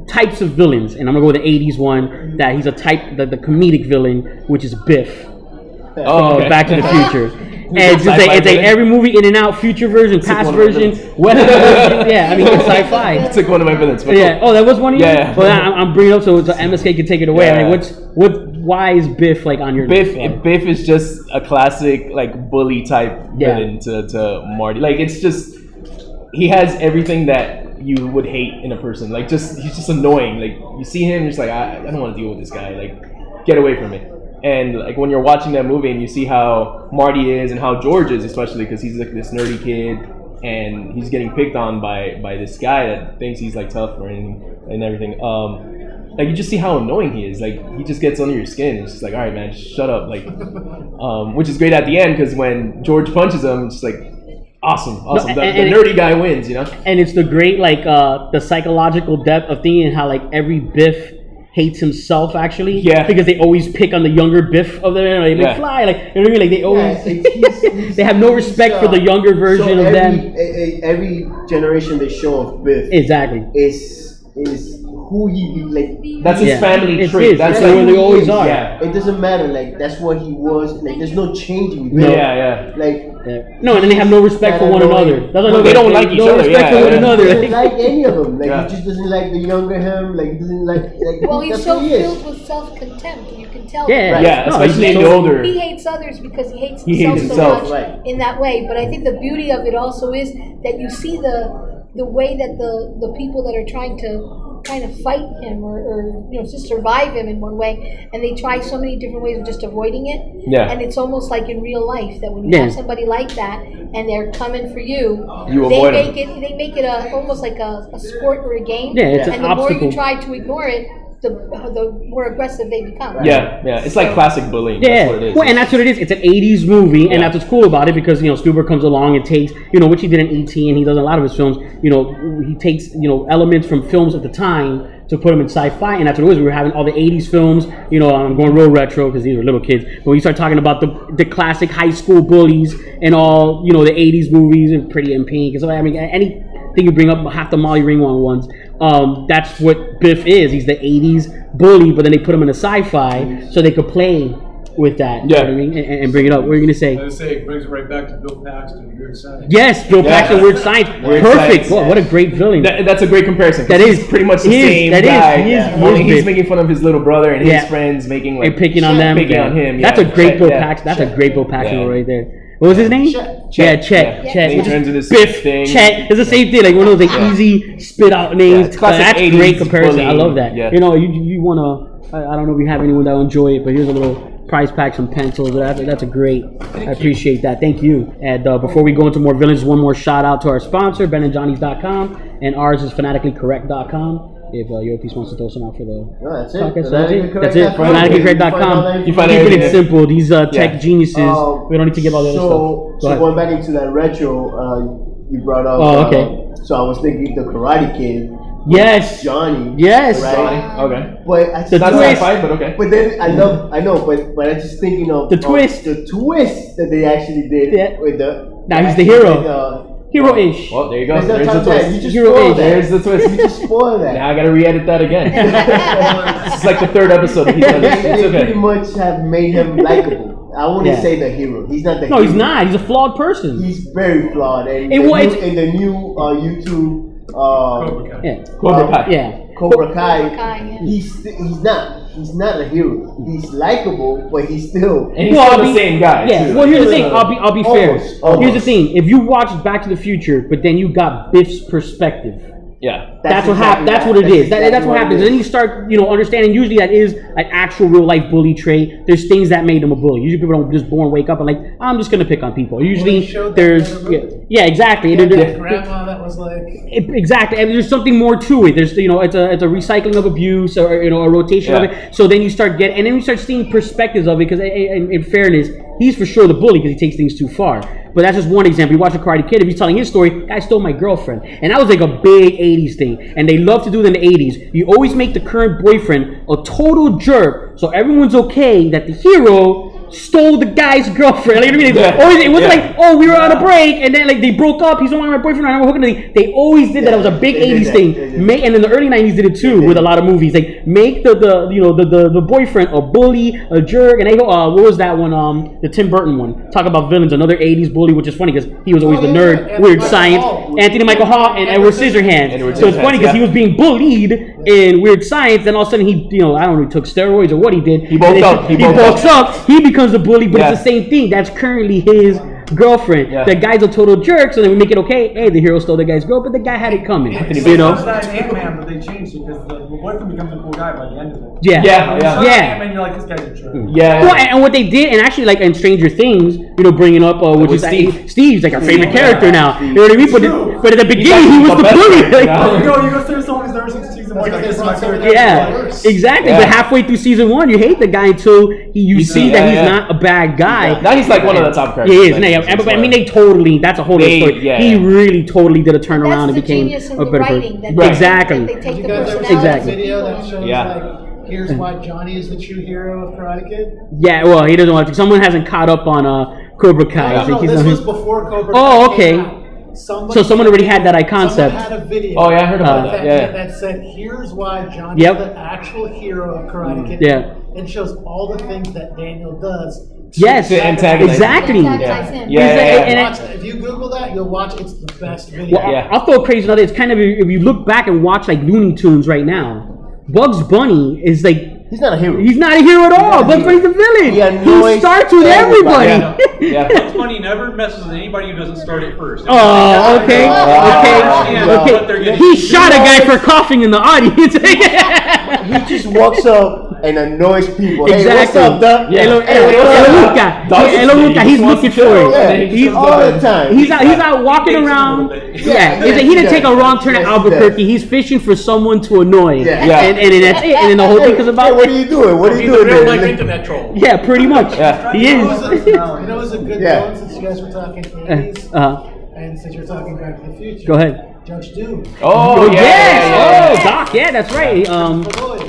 Speaker 5: types of villains, and I'm gonna go with the '80s one that he's a type the, the comedic villain, which is Biff.
Speaker 6: oh,
Speaker 5: Oh,
Speaker 6: okay.
Speaker 5: Back to the Future. And it's just
Speaker 6: Sci-fi
Speaker 5: like, it's like
Speaker 6: villain?
Speaker 5: every movie in and out, future version, past
Speaker 6: one of my
Speaker 5: version,
Speaker 6: villains.
Speaker 5: western version. Yeah, I mean it's sci-fi.
Speaker 6: It's like one of my villains. But
Speaker 5: Yeah.
Speaker 6: cool.
Speaker 5: Oh, that was one of you.
Speaker 6: Yeah, yeah.
Speaker 5: Well, I- I'm, I'm bringing it up so, uh, so MSK can take it away. I mean,
Speaker 6: Yeah.
Speaker 5: what's what? Why is Biff like on your
Speaker 6: Biff,
Speaker 5: list?
Speaker 6: Biff is just a classic like bully type
Speaker 5: Yeah.
Speaker 6: villain to, to Marty. Like it's just he has everything that you would hate in a person. Like just he's just annoying. Like you see him, you're just like I, I don't want to deal with this guy. Like get away from me. And like when you're watching that movie and you see how Marty is and how George is, especially because he's like this nerdy kid and he's getting picked on by by this guy that thinks he's like tough or anything and everything. Um, like you just see how annoying he is. Like he just gets under your skin. It's just like, all right, man, just shut up. Like, um, which is great at the end because when George punches him, it's just like, awesome, awesome.
Speaker 5: and-
Speaker 6: the,
Speaker 5: and-
Speaker 6: the nerdy guy wins, you know.
Speaker 5: and it's the great like uh the psychological depth of thinking and how like every Biff hates himself actually.
Speaker 6: Yeah.
Speaker 5: Because they always pick on the younger Biff of them. Like,
Speaker 6: Yeah.
Speaker 5: fly. Like you know what I mean? Like they always.
Speaker 8: it's- he's-
Speaker 5: they have no respect for the younger version
Speaker 8: so
Speaker 5: of
Speaker 8: every,
Speaker 5: them.
Speaker 8: e- e- every generation they show of Biff
Speaker 5: Exactly.
Speaker 8: is is who he be- like.
Speaker 6: That's his
Speaker 5: Yeah.
Speaker 6: family
Speaker 5: It's
Speaker 6: trait.
Speaker 5: his.
Speaker 6: That's
Speaker 5: That's
Speaker 6: like,
Speaker 5: where they always are.
Speaker 6: Yeah,
Speaker 8: It doesn't matter. Like that's what he was. Like there's no changing.
Speaker 6: yeah,
Speaker 8: Biff.
Speaker 6: yeah.
Speaker 8: Like
Speaker 5: Yeah. No, and then they have no respect for one
Speaker 8: Annoying.
Speaker 5: another. That's
Speaker 6: Well, they don't like each other,
Speaker 5: No respect
Speaker 6: yeah,
Speaker 5: for one
Speaker 6: yeah.
Speaker 8: he
Speaker 5: another.
Speaker 8: doesn't like any of them. Like
Speaker 6: Yeah.
Speaker 8: he just doesn't like the younger him. Like he doesn't like. like
Speaker 11: Well, he's
Speaker 8: that's
Speaker 11: so
Speaker 8: who he is.
Speaker 11: filled with self-contempt. You can tell.
Speaker 5: Yeah.
Speaker 6: Yeah,
Speaker 5: No,
Speaker 6: especially
Speaker 5: he's
Speaker 6: in the
Speaker 5: so-
Speaker 6: older.
Speaker 11: He hates others because he hates
Speaker 6: He
Speaker 11: himself,
Speaker 6: hates
Speaker 11: so
Speaker 6: himself,
Speaker 11: much
Speaker 8: right.
Speaker 11: in that way. But I think the beauty of it also is that you see the the way that the the people that are trying to kind of fight him or, or you know just survive him in one way, and they try so many different ways of just avoiding it.
Speaker 6: Yeah.
Speaker 11: And it's almost like in real life that when you
Speaker 5: Yeah.
Speaker 11: have somebody like that and they're coming for you,
Speaker 6: You
Speaker 11: they
Speaker 6: avoid 'em.
Speaker 11: make it they make it a, almost like a, a sport or a game.
Speaker 5: Yeah, it's an
Speaker 11: and the more
Speaker 5: obstacle.
Speaker 11: you try to ignore it, the the more aggressive they become.
Speaker 6: yeah, yeah. It's like classic bullying.
Speaker 5: Yeah,
Speaker 6: That's what it is.
Speaker 5: well, and that's what it is. It's an '80s movie,
Speaker 6: Yeah.
Speaker 5: and that's what's cool about it because you know Stuber comes along and takes you know which he did in ET, and he does in a lot of his films. You know, he takes you know elements from films of the time to put them in sci-fi, and that's what it was. We were having all the '80s films. You know, I'm going real retro because these were little kids, but we start talking about the the classic high school bullies and all you know the '80s movies and Pretty in Pink. And so I mean, any thing you bring up, half the Molly Ringwald ones. Um, that's what Biff is. He's the '80s bully, but then they put him in a sci-fi so they could play with that. Yeah. You know what I mean? and, and bring it up. What are you gonna say?
Speaker 10: I was say it brings it right back to Bill Paxton, Weird Science.
Speaker 5: Yes, Bill Paxton, Weird Science. Perfect. Whoa, what a great villain.
Speaker 6: That, that's a great comparison. 'cause
Speaker 5: That
Speaker 6: he's
Speaker 5: is-
Speaker 6: pretty much the
Speaker 5: he is-
Speaker 6: same
Speaker 5: that is-
Speaker 6: guy.
Speaker 5: he is
Speaker 6: Only he's
Speaker 5: morbid.
Speaker 6: making fun of his little brother and
Speaker 5: Yeah.
Speaker 6: his friends making like
Speaker 5: and picking on them.
Speaker 6: picking on him.
Speaker 5: That's
Speaker 6: yeah.
Speaker 5: a great
Speaker 6: Chet,
Speaker 5: Bill
Speaker 6: yeah.
Speaker 5: Paxton. That's
Speaker 6: Chet.
Speaker 5: a great Bill Paxton
Speaker 6: Yeah.
Speaker 5: right there. What was his name? Chet. Yeah, Chet.
Speaker 6: Yeah.
Speaker 5: Chet.
Speaker 6: He
Speaker 5: Which is
Speaker 6: turns into this
Speaker 5: Biff.
Speaker 6: thing.
Speaker 5: Chet. It's the same thing. Like one of those like
Speaker 6: Yeah.
Speaker 5: easy spit out names.
Speaker 6: it's
Speaker 5: But
Speaker 6: classic
Speaker 5: that's
Speaker 6: 80s
Speaker 5: great comparison. I
Speaker 6: bullying.
Speaker 5: love that.
Speaker 6: Yeah.
Speaker 5: You know, you you wanna. I, I don't know if you have anyone that will enjoy it, but here's a little prize pack, some pencils. That, that's a great. I appreciate that. Thank you. And uh, before we go into more villains, one more shout out to our sponsor, BenandJohnny's.com, and ours is fanaticallycorrect.com. If uh, your piece wants to throw some out for the
Speaker 8: No, that's it.
Speaker 5: podcast, that's it. That's it.
Speaker 8: FanaticalCorrect.com.
Speaker 5: FanaticalCorrect.com.
Speaker 6: You find
Speaker 5: Keeping
Speaker 6: everything.
Speaker 5: it simple. These uh, tech
Speaker 6: Yeah.
Speaker 5: geniuses.
Speaker 8: Uh,
Speaker 5: we don't need to give all the other
Speaker 8: So,
Speaker 5: stuff. Go
Speaker 8: so
Speaker 5: ahead.
Speaker 8: going back into that retro, uh, you brought up.
Speaker 5: Oh,
Speaker 8: uh,
Speaker 5: okay.
Speaker 8: so I was thinking the Karate Kid.
Speaker 5: yes.
Speaker 8: Johnny.
Speaker 5: Yes.
Speaker 8: Right?
Speaker 6: Okay.
Speaker 8: But I just
Speaker 5: The
Speaker 6: Not
Speaker 5: twist.
Speaker 6: sci-fi, but okay.
Speaker 8: But then I love, I know, but but I'm just thinking of
Speaker 5: The
Speaker 8: of
Speaker 5: twist.
Speaker 8: the twist that they actually did
Speaker 5: Yeah.
Speaker 8: with the.
Speaker 5: Now he's the
Speaker 8: actually
Speaker 5: hero.
Speaker 8: with, uh,
Speaker 5: Hero-ish.
Speaker 6: Well, there you go.
Speaker 8: There's no
Speaker 6: There's
Speaker 8: time
Speaker 6: the
Speaker 8: for that.
Speaker 6: twist.
Speaker 8: You just
Speaker 5: Hero
Speaker 8: spoiled
Speaker 5: age.
Speaker 8: that.
Speaker 6: There's the twist.
Speaker 8: You just spoiled that.
Speaker 6: Now I gotta re-edit that again. it's like the third episode. Of Heath Ledger.
Speaker 8: they,
Speaker 6: It's
Speaker 8: they pretty
Speaker 6: okay.
Speaker 8: much have made him likable. I wouldn't
Speaker 5: Yeah.
Speaker 8: say the hero. He's not the
Speaker 5: No,
Speaker 8: hero.
Speaker 5: he's not. He's a flawed person.
Speaker 8: He's very flawed. And
Speaker 5: It
Speaker 8: the
Speaker 5: wa-
Speaker 8: new,
Speaker 5: it's-
Speaker 8: and the new uh, YouTube uh,
Speaker 5: Yeah. Oh,
Speaker 6: Cobra Kai.
Speaker 5: Yeah.
Speaker 8: Cobra Kai,
Speaker 11: Cobra Kai, yeah.
Speaker 8: he's he's not he's not a hero. He's likable, but he's still
Speaker 6: And he's
Speaker 5: Well,
Speaker 6: still
Speaker 5: I
Speaker 6: the
Speaker 5: mean-
Speaker 6: same guy.
Speaker 5: Yeah.
Speaker 6: too.
Speaker 5: Well, here's the thing. I'll be I'll be
Speaker 8: Almost,
Speaker 5: fair. Here's the
Speaker 8: almost.
Speaker 5: thing. If you watched Back to the Future, but then you got Biff's perspective.
Speaker 6: Yeah.
Speaker 5: That's, what
Speaker 8: exactly
Speaker 5: hap- That's
Speaker 8: right.
Speaker 5: what it is. That-
Speaker 8: exactly
Speaker 5: that's what
Speaker 8: it
Speaker 5: happens.
Speaker 8: is.
Speaker 5: And then you start, you know, understanding. Usually, that is an actual real life bully trait. There's things that made them a bully. Usually, people don't just born wake up and like, I'm just gonna pick on people. Usually,
Speaker 10: showed that
Speaker 5: there's
Speaker 10: in the
Speaker 5: yeah,
Speaker 10: movie.
Speaker 5: yeah, exactly. There- there-
Speaker 10: Grandma that was like.
Speaker 5: it- exactly, and there's something more to it. There's you know, it's a it's a recycling of abuse or you know a rotation of
Speaker 6: Yeah.
Speaker 5: it. So then you start getting, and then you start seeing perspectives of it. Because in, in fairness, he's for sure the bully because he takes things too far. But that's just one example. You watch a Karate Kid. If he's telling his story, guy stole my girlfriend, and that was like a big '80s thing. And they love to do it in the '80s. You always make the current boyfriend a total jerk, so everyone's okay that the hero. Stole the guy's girlfriend. Like, you know what I mean?
Speaker 6: Yeah.
Speaker 5: Always- it wasn't
Speaker 6: Yeah.
Speaker 5: like, oh, we were on a break, and then like they broke up. He's no longer my boyfriend. I'm hooking. anything. They always did that. It was a big
Speaker 8: They did
Speaker 5: '80s
Speaker 8: that. They did
Speaker 5: thing.
Speaker 8: that.
Speaker 5: Make and in the early '90s did it too with a lot of movies. Like make the, the you know the, the the boyfriend a bully, a jerk, and they go. Uh, what was that one? Um, the Tim Burton one. Talk about villains. Another '80s bully, which is funny because he was always
Speaker 6: Oh,
Speaker 5: the nerd, weird science. Anthony Michael Hall and Edward Scissorhands.
Speaker 6: Edward
Speaker 5: so it's funny
Speaker 6: Scissorhands,
Speaker 5: because he
Speaker 6: yeah.
Speaker 5: was being bullied in Weird Science, then all of a sudden he you know I don't know he took steroids or what he did. He
Speaker 6: bulked up. He
Speaker 5: He,
Speaker 6: bulked up.
Speaker 5: bulks up. He becomes a bully, but
Speaker 6: Yeah.
Speaker 5: it's the same thing. That's currently his. Girlfriend,
Speaker 6: Yeah.
Speaker 5: that guy's a total jerk. So then we make it okay. Hey, the hero stole the guy's girl, but the guy had it coming.
Speaker 6: Anthony
Speaker 5: You
Speaker 6: Bourdain.
Speaker 5: know,
Speaker 10: That's not an Ant-Man, but they changed it because the the boyfriend becomes a cool guy by the end of it.
Speaker 5: Yeah.
Speaker 6: Yeah, yeah.
Speaker 10: You saw
Speaker 5: Yeah.
Speaker 10: Ant-Man, you're like, this guy's a jerk.
Speaker 6: Yeah.
Speaker 5: Well, and, and what they did, and actually, like in Stranger Things, you know, bringing up uh, which is
Speaker 6: With Steve.
Speaker 5: Steve's like our favorite character now. You know what I mean? But, it, but at the
Speaker 6: actually
Speaker 5: beginning, he was
Speaker 6: the
Speaker 5: the
Speaker 6: best
Speaker 5: bully.
Speaker 6: character,
Speaker 5: like-
Speaker 6: yeah.
Speaker 10: You know, you go through someone's never seen season one, you're like,
Speaker 7: That's what
Speaker 10: this is
Speaker 7: they
Speaker 10: my
Speaker 7: said.
Speaker 10: favorite character.
Speaker 5: yeah,
Speaker 10: Like,
Speaker 5: exactly.
Speaker 6: Yeah.
Speaker 5: But halfway through season one, you hate the guy until he, you, see
Speaker 6: see
Speaker 5: that
Speaker 6: that,
Speaker 5: he's
Speaker 6: yeah.
Speaker 5: not a bad guy.
Speaker 6: Now he's like one of the top
Speaker 5: He
Speaker 6: characters.
Speaker 5: is.
Speaker 6: like,
Speaker 5: and they-
Speaker 6: he's-
Speaker 5: but, I
Speaker 6: he's
Speaker 5: mean, they totally. That's a whole
Speaker 6: They-
Speaker 5: other story.
Speaker 6: yeah.
Speaker 5: He really totally did a turnaround
Speaker 11: That's
Speaker 5: and
Speaker 11: the
Speaker 5: became
Speaker 11: genius in
Speaker 5: a
Speaker 11: the
Speaker 5: better
Speaker 11: writing. That
Speaker 5: person.
Speaker 6: Right.
Speaker 11: they- that
Speaker 5: Exactly.
Speaker 11: They take
Speaker 7: You
Speaker 11: the
Speaker 7: guys ever
Speaker 11: personality
Speaker 7: see that
Speaker 5: Exactly.
Speaker 11: of
Speaker 7: video that
Speaker 11: people.
Speaker 7: shows
Speaker 6: Yeah.
Speaker 7: like, here's why Johnny is the true hero of Karate Kid?
Speaker 5: Yeah. Well, he doesn't want to. Someone hasn't caught up on uh, Cobra Kai.
Speaker 7: No,
Speaker 5: so
Speaker 7: no,
Speaker 5: he's
Speaker 7: this
Speaker 5: not-
Speaker 7: was before Cobra.
Speaker 5: Oh,
Speaker 7: Kai
Speaker 5: okay.
Speaker 7: came out. Somebody,
Speaker 5: so someone already had that I
Speaker 7: someone
Speaker 5: concept.
Speaker 7: had a video.
Speaker 6: Oh, yeah, I heard about
Speaker 5: Uh,
Speaker 6: that.
Speaker 7: that,
Speaker 6: Yeah.
Speaker 7: that said, here's why Johnny
Speaker 5: Yep. Mm.
Speaker 7: is the actual hero of Karate Kid.
Speaker 5: Yeah.
Speaker 7: And shows all the things that Daniel does.
Speaker 5: Yes.
Speaker 6: To antagonize.
Speaker 5: Exactly.
Speaker 11: Antagonize him.
Speaker 6: Yeah,
Speaker 5: Is
Speaker 6: yeah,
Speaker 5: that-
Speaker 6: yeah.
Speaker 5: and-
Speaker 7: Watch it. If you Google that, you'll watch it's the best video.
Speaker 5: Well,
Speaker 6: Yeah.
Speaker 5: I'll throw a crazy another. It's kind of if you look back and watch like Looney Tunes right now, Bugs Bunny is like
Speaker 8: He's not a hero.
Speaker 5: he's not a hero at all. Bugs Bunny's a villain.
Speaker 8: He
Speaker 5: He
Speaker 8: annoys
Speaker 5: starts with
Speaker 8: everybody.
Speaker 5: everybody.
Speaker 6: Yeah. Yeah.
Speaker 12: Bugs Bunny never messes with anybody who doesn't start it first.
Speaker 5: Oh, okay,
Speaker 6: Wow.
Speaker 12: Wow.
Speaker 5: okay,
Speaker 12: What they're
Speaker 5: okay.
Speaker 12: getting-
Speaker 5: He shot a guy for coughing in the audience. exactly.
Speaker 8: He just walks up and annoys people. Hey, what's up, Doc?
Speaker 5: Yeah. Hello,
Speaker 8: Hey, what's up,
Speaker 5: hello,
Speaker 8: Doc?
Speaker 5: Luca.
Speaker 6: Doc
Speaker 5: Hey, hello,
Speaker 6: is-
Speaker 5: Luca.
Speaker 6: he
Speaker 5: He's
Speaker 6: just wants
Speaker 5: looking
Speaker 6: to chill.
Speaker 5: for
Speaker 6: Yeah.
Speaker 5: it.
Speaker 6: And he
Speaker 5: He's
Speaker 6: shows up
Speaker 8: all the
Speaker 6: and-
Speaker 8: time.
Speaker 5: He's out. He's out walking
Speaker 12: He thinks
Speaker 5: around.
Speaker 12: a little bit.
Speaker 5: Yeah, he's like, he didn't
Speaker 8: Yeah.
Speaker 5: take a wrong turn at
Speaker 8: Yes, he
Speaker 5: Albuquerque. He's fishing for someone to annoy.
Speaker 8: Yeah.
Speaker 6: Yeah.
Speaker 5: And, and, and that's it. And then the whole thing is
Speaker 8: Hey,
Speaker 5: about
Speaker 8: what are you doing? What are you
Speaker 12: He's a
Speaker 8: doing?
Speaker 12: real
Speaker 8: there?
Speaker 12: life internet troll.
Speaker 5: Yeah, pretty much.
Speaker 6: Yeah.
Speaker 5: He
Speaker 7: You know what's
Speaker 5: is.
Speaker 7: a- you know what's a good
Speaker 8: Yeah.
Speaker 7: one since you guys were talking
Speaker 5: Uh,
Speaker 7: 80s
Speaker 5: uh,
Speaker 7: and since you're talking Back to the Future?
Speaker 5: go ahead.
Speaker 10: Judge Doom.
Speaker 6: Oh, yeah,
Speaker 5: yes!
Speaker 6: yeah, yeah,
Speaker 5: oh,
Speaker 6: yeah.
Speaker 5: Doc, yeah, that's right. Um,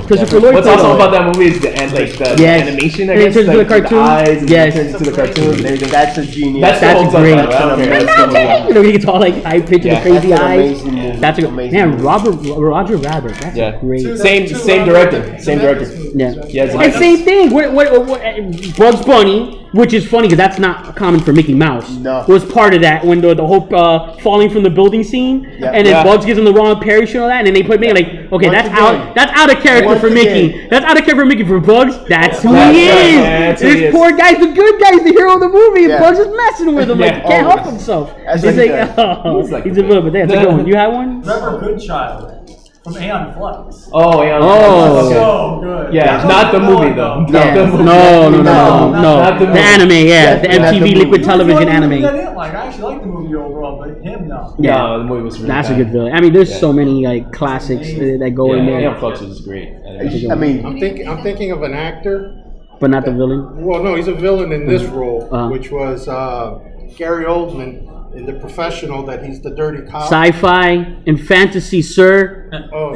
Speaker 5: Christopher Lloyd.
Speaker 6: What's
Speaker 5: played
Speaker 6: awesome
Speaker 5: him.
Speaker 6: about that movie is the, and, like, the
Speaker 5: Yes.
Speaker 6: animation, I
Speaker 5: And it
Speaker 6: guess.
Speaker 5: turns into
Speaker 6: like,
Speaker 5: a cartoon.
Speaker 6: eyes, and
Speaker 5: Yes.
Speaker 6: it turns into the cartoon. and everything.
Speaker 8: That's a genius.
Speaker 6: That's, the whole
Speaker 5: That's
Speaker 6: great.
Speaker 5: great.
Speaker 6: I don't care. That's the whole-
Speaker 5: You know, he gets all like high pitched
Speaker 6: Yeah.
Speaker 5: and crazy
Speaker 6: That's an
Speaker 5: eyes.
Speaker 6: amazing movie.
Speaker 5: That's a good
Speaker 6: Amazing
Speaker 5: man.
Speaker 6: movie.
Speaker 5: Robert Roger Rabbit. That's
Speaker 6: Yeah.
Speaker 5: great.
Speaker 6: Same
Speaker 5: uh,
Speaker 6: same director. Same director.
Speaker 5: Yeah.
Speaker 6: Yeah.
Speaker 5: And same thing. What, what, what, Bugs Bunny, which is funny because that's not common for Mickey Mouse, was part of that when the, the whole uh, falling from the building scene,
Speaker 6: Yeah.
Speaker 5: and then
Speaker 6: Yeah.
Speaker 5: Bugs gives him the wrong parachute and all that, and then they put Mickey like, okay,
Speaker 6: Once
Speaker 5: that's
Speaker 6: again.
Speaker 5: out, that's out of character
Speaker 6: Once
Speaker 5: for Mickey.
Speaker 6: again.
Speaker 5: That's out of character for Mickey. For Bugs, that's who
Speaker 6: That's
Speaker 5: he
Speaker 6: right.
Speaker 5: is.
Speaker 6: Yeah, that's who
Speaker 5: this
Speaker 6: he is.
Speaker 5: poor guy's the good guy. He's the hero of the movie, and
Speaker 6: Yeah.
Speaker 5: Bugs is messing with him. Like
Speaker 6: Yeah,
Speaker 5: he can't help
Speaker 6: always.
Speaker 5: himself.
Speaker 6: That's
Speaker 5: he's
Speaker 6: what he
Speaker 5: like,
Speaker 6: does.
Speaker 5: oh,
Speaker 6: He's like
Speaker 5: he's
Speaker 6: the
Speaker 5: a little bit. That's a good one. You had one.
Speaker 10: Trevor Goodchild from Aeon Flux.
Speaker 6: Oh, yeah.
Speaker 5: Oh.
Speaker 10: so good.
Speaker 6: Yeah, not the movie though. Not
Speaker 5: Yeah.
Speaker 6: the movie.
Speaker 5: No, no, no, no, no.
Speaker 6: Not
Speaker 5: The anime, yeah, the
Speaker 6: Not
Speaker 5: MTV
Speaker 6: movie.
Speaker 5: liquid
Speaker 10: It was the
Speaker 5: television
Speaker 10: only movie
Speaker 5: anime.
Speaker 10: That I didn't like. I actually liked the movie overall, but him no.
Speaker 5: Yeah.
Speaker 6: No, the movie was really
Speaker 5: That's
Speaker 6: bad.
Speaker 5: a good villain. I mean, there's so many like classics uh, that go
Speaker 6: yeah,
Speaker 5: in there,
Speaker 6: Aeon Flux is great.
Speaker 5: I mean-
Speaker 7: I'm thinking, I'm thinking of an actor.
Speaker 5: but not the villain.
Speaker 7: Well, no, he's a villain in this role,
Speaker 5: Uh-huh.
Speaker 7: which was uh, Gary Oldman in The Professional. That he's the dirty cop.
Speaker 5: Sci-fi and fantasy, sir.
Speaker 7: Oh,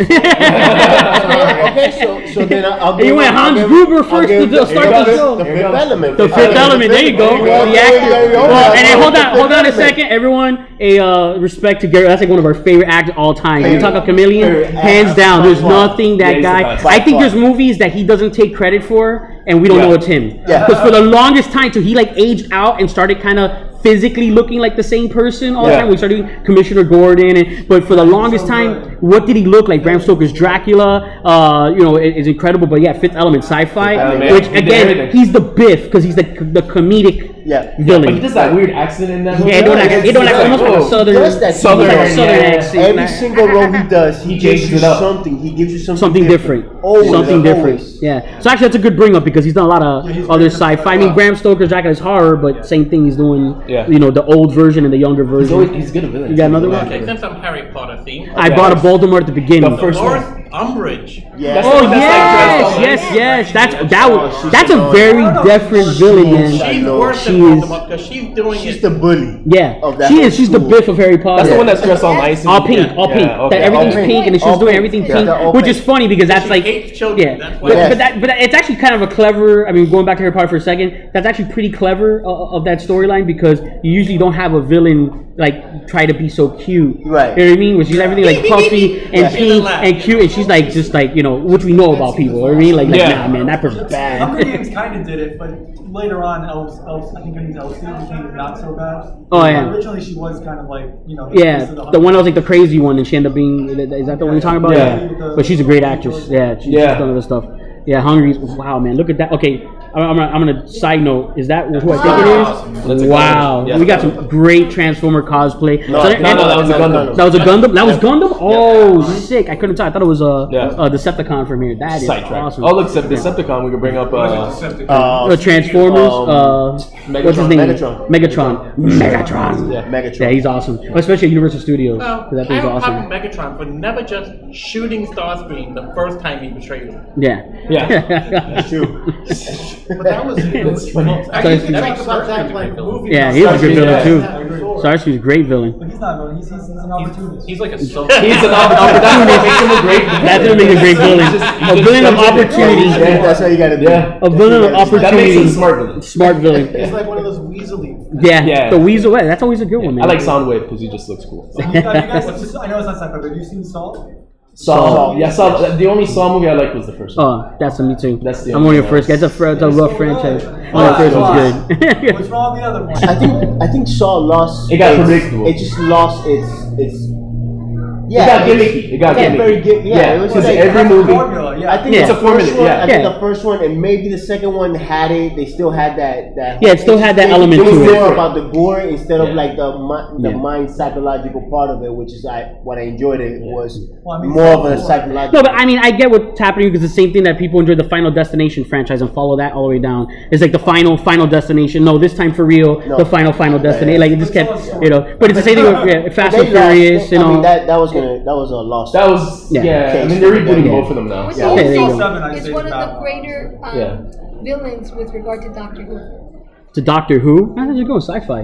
Speaker 8: okay, so, so then I'll, I'll
Speaker 5: And you
Speaker 8: give-
Speaker 5: went
Speaker 8: I'll
Speaker 5: Hans
Speaker 8: give-
Speaker 5: Gruber
Speaker 8: I'll
Speaker 5: first
Speaker 8: give
Speaker 5: to do-
Speaker 8: Here
Speaker 5: start
Speaker 8: it
Speaker 5: the
Speaker 8: goes.
Speaker 5: show.
Speaker 8: The fifth element.
Speaker 5: The fifth element. There you go. The actor.
Speaker 8: There you go.
Speaker 5: Well, and then hold
Speaker 8: The
Speaker 5: on,
Speaker 8: fifth
Speaker 5: hold on a
Speaker 8: element.
Speaker 5: second, everyone. A uh, respect to Gary. That's like one of our favorite actors of all time. When you talk about Chameleon,
Speaker 8: Favorite
Speaker 5: hands
Speaker 8: actor.
Speaker 5: down. There's
Speaker 8: By far.
Speaker 5: nothing
Speaker 8: Yeah,
Speaker 5: that
Speaker 8: he's
Speaker 5: guy.
Speaker 8: the best.
Speaker 5: I
Speaker 8: By
Speaker 5: think
Speaker 8: far.
Speaker 5: there's movies that he doesn't take credit for, and we don't
Speaker 8: Yeah.
Speaker 5: know it's him.
Speaker 8: Yeah.
Speaker 5: Because for the longest time, till he like aged out and started kind of physically looking like the same person all the
Speaker 6: Yeah.
Speaker 5: time. We started doing Commissioner Gordon, and but for the longest time, what did he look like? Bram Stoker's Dracula, uh, you know, i- is incredible. But yeah, Fifth Element, sci-fi,
Speaker 6: Fifth Element.
Speaker 5: which
Speaker 6: He did
Speaker 5: again,
Speaker 6: everything.
Speaker 5: he's the Biff because he's the the comedic
Speaker 8: Yeah.
Speaker 6: But he
Speaker 5: villain.
Speaker 6: does that weird accent in that movie.
Speaker 5: Yeah, he don't like- he don't like-
Speaker 6: It's
Speaker 5: almost like a
Speaker 6: whoa.
Speaker 5: southern-
Speaker 8: Just that
Speaker 6: Southern,
Speaker 8: southern,
Speaker 5: like a southern
Speaker 8: yeah.
Speaker 5: accent.
Speaker 8: Every single role he does, he,
Speaker 6: He
Speaker 8: gives
Speaker 6: changes
Speaker 8: you
Speaker 6: it up.
Speaker 8: something. He gives you something.
Speaker 5: Something different,
Speaker 8: Always,
Speaker 5: something
Speaker 8: always.
Speaker 5: different. Yeah. So actually, that's a good bring up because he's done a lot of other sci-fi. I mean, Bram Stoker's Dracula is horror, but same thing. He's doing,
Speaker 6: Yeah.
Speaker 5: you know, the old version and the younger version.
Speaker 6: He's, always, he's good at villains.
Speaker 5: You got another one?
Speaker 13: Okay, since I'm Harry Potter themed.
Speaker 5: I brought a Voldemort at the beginning.
Speaker 13: The first Umbridge.
Speaker 8: Yeah.
Speaker 5: Oh
Speaker 13: That's like
Speaker 5: yes,
Speaker 13: Dracula.
Speaker 5: yes, yes. That's that. Was,
Speaker 8: she's
Speaker 5: that's a
Speaker 8: annoying.
Speaker 5: Uh, very different villain,
Speaker 13: She's
Speaker 5: man.
Speaker 13: worse than
Speaker 5: She is.
Speaker 13: Voldemort because she's doing
Speaker 8: She's
Speaker 13: it.
Speaker 8: the bully. of
Speaker 5: Yeah,
Speaker 8: that
Speaker 5: she
Speaker 8: whole
Speaker 5: is. She's the
Speaker 8: school.
Speaker 5: Biff of Harry Potter.
Speaker 6: That's the one that's dressed all nice. and-
Speaker 5: all pink, all
Speaker 6: Yeah,
Speaker 5: pink.
Speaker 6: okay,
Speaker 5: that everything's
Speaker 6: all pink.
Speaker 5: pink, and it's
Speaker 8: All
Speaker 5: just doing
Speaker 8: pink.
Speaker 5: everything
Speaker 8: Yeah,
Speaker 5: pink,
Speaker 8: they're all
Speaker 5: which
Speaker 8: pink.
Speaker 5: is funny because that's like yeah. But,
Speaker 8: Yes.
Speaker 5: but that, but that- it's actually kind of a clever. I mean, going back to Harry Potter for a second, that's actually pretty clever uh, of that storyline because you usually don't have a villain like try to be so cute.
Speaker 8: Right.
Speaker 5: You know what I mean? Which she's everything like puffy and
Speaker 8: Yeah.
Speaker 5: pink and cute, and she's like just like you know, which we know about people. You know what I mean? Like, like
Speaker 6: Yeah.
Speaker 5: nah, man, that person's
Speaker 10: Hunger
Speaker 5: bad.
Speaker 10: Games kind of did it, but later on, Elves, Elves, I think her name's Elsie became not so bad.
Speaker 5: Oh, yeah.
Speaker 10: Originally, she was kind of like you know. The
Speaker 5: Yeah,
Speaker 10: face of
Speaker 5: the one that was like the crazy one, and she ended up being. Is that the one you're talking about?
Speaker 6: Yeah.
Speaker 5: But she's a great actress. Yeah, she- she's
Speaker 6: Yeah.
Speaker 5: done other stuff. Yeah, Hungry. Wow, man, look at that. Okay, I'm, I'm, gonna, I'm gonna side note. Is that who I think it
Speaker 6: That's
Speaker 5: is?
Speaker 6: a
Speaker 5: Wow,
Speaker 6: Gundam. Yeah.
Speaker 5: we got some great Transformer cosplay.
Speaker 6: No,
Speaker 5: So-
Speaker 6: no, no, that was a Gundam.
Speaker 5: That was a Gundam. That was Gundam. Oh, sick! I couldn't tell. I thought it was a,
Speaker 6: Yeah.
Speaker 5: a Decepticon from here. That is
Speaker 6: Sidetrack.
Speaker 5: awesome.
Speaker 6: Oh, look, except Decepticon. We could bring up. Uh,
Speaker 5: The Transformers.
Speaker 6: um,
Speaker 5: uh, what's his
Speaker 6: Megatron.
Speaker 5: name?
Speaker 8: Megatron.
Speaker 5: Megatron. Megatron.
Speaker 6: Yeah.
Speaker 8: Megatron.
Speaker 5: Yeah, he's awesome. Especially at Universal Studios.
Speaker 13: Oh,
Speaker 5: 'cause that
Speaker 13: I
Speaker 5: thing's
Speaker 13: have a
Speaker 5: awesome.
Speaker 13: problem with Megatron for never just shooting Starscream the first time he betrayed him.
Speaker 5: Yeah.
Speaker 6: Yeah.
Speaker 5: That's
Speaker 8: true.
Speaker 10: But that was
Speaker 6: That's funny.
Speaker 10: actually
Speaker 5: Starscream.
Speaker 10: that was the first time, like, movie.
Speaker 5: Yeah, he's a good
Speaker 6: Starscream,
Speaker 5: villain
Speaker 6: yeah.
Speaker 5: too.
Speaker 10: Yeah.
Speaker 5: Starscream's a great villain.
Speaker 10: But he's not. a villain, He's, he's, he's an opportunist.
Speaker 13: He's like a so
Speaker 6: He's an opportunity. That's what makes him a great.
Speaker 5: That's gonna make a great villain. A villain of opportunity.
Speaker 8: Yeah, that's how you gotta do. it.
Speaker 6: Yeah.
Speaker 5: A villain of
Speaker 6: That makes him a
Speaker 5: opportunity.
Speaker 6: smart villain.
Speaker 5: Smart villain.
Speaker 10: He's like one of those weaselly.
Speaker 5: Yeah.
Speaker 6: Yeah.
Speaker 5: The Weasel. yeah, That's always a good one, man.
Speaker 6: I like Soundwave because he just looks cool.
Speaker 10: Have you guys, I know it's not sci-fi, but have you seen Salt?
Speaker 6: Saw. Yeah, Saw. The only Saw movie I liked was the first one.
Speaker 5: Oh, that's a me too.
Speaker 6: That's the
Speaker 5: I'm only
Speaker 6: only
Speaker 5: a first.
Speaker 6: one.
Speaker 5: That's a, fr- that's a rough franchise. Only the
Speaker 10: Why?
Speaker 5: first one's
Speaker 10: Why?
Speaker 5: good.
Speaker 10: What's wrong with the other one?
Speaker 8: I think I think Saw lost.
Speaker 6: It got
Speaker 8: its-
Speaker 6: predictable.
Speaker 8: It just lost its its.
Speaker 6: It got
Speaker 8: it's-
Speaker 6: gimmicky. It got
Speaker 8: yeah, Very
Speaker 6: gimmicky.
Speaker 8: gimmicky. Yeah, it was
Speaker 6: because
Speaker 8: like-
Speaker 6: every movie.
Speaker 10: Formula,
Speaker 8: I
Speaker 10: yeah.
Speaker 8: think
Speaker 5: Yeah.
Speaker 8: the
Speaker 5: It's
Speaker 6: a formula,
Speaker 8: first one, I
Speaker 6: yeah.
Speaker 8: think
Speaker 5: Yeah.
Speaker 8: the first one and maybe the second one had it. They still had that. that
Speaker 5: Yeah, it still had that
Speaker 8: They-
Speaker 5: element
Speaker 8: It was
Speaker 5: to it.
Speaker 8: more about the gore instead of like the mi- the
Speaker 5: Yeah.
Speaker 8: mind psychological part of it, which is I what I enjoyed. It was
Speaker 10: Well, I mean,
Speaker 8: more of a
Speaker 10: gore.
Speaker 8: psychological.
Speaker 5: No, but I mean, I get what's happening because it's the same thing that people enjoy the Final Destination franchise and follow that all the way down. It's like the final, final destination. No, this time for real,
Speaker 8: No.
Speaker 5: the final, final destination. Like it just kept, you know. But it's the same thing with yeah, Fast
Speaker 8: They
Speaker 5: and Furious,
Speaker 8: lost,
Speaker 5: you
Speaker 8: I
Speaker 5: know.
Speaker 8: mean, that that was gonna that was a loss.
Speaker 6: That was
Speaker 5: Yeah.
Speaker 6: yeah. I mean they're rebooting both of them now.
Speaker 11: Which
Speaker 5: Yeah, there you
Speaker 11: also
Speaker 5: go.
Speaker 10: Seven, I'd
Speaker 11: is
Speaker 10: say,
Speaker 11: one
Speaker 10: is
Speaker 11: of the
Speaker 10: bad.
Speaker 11: greater um,
Speaker 6: Yeah.
Speaker 11: villains with regard to Doctor Who.
Speaker 5: To Doctor Who? How did you go sci-fi? Uh,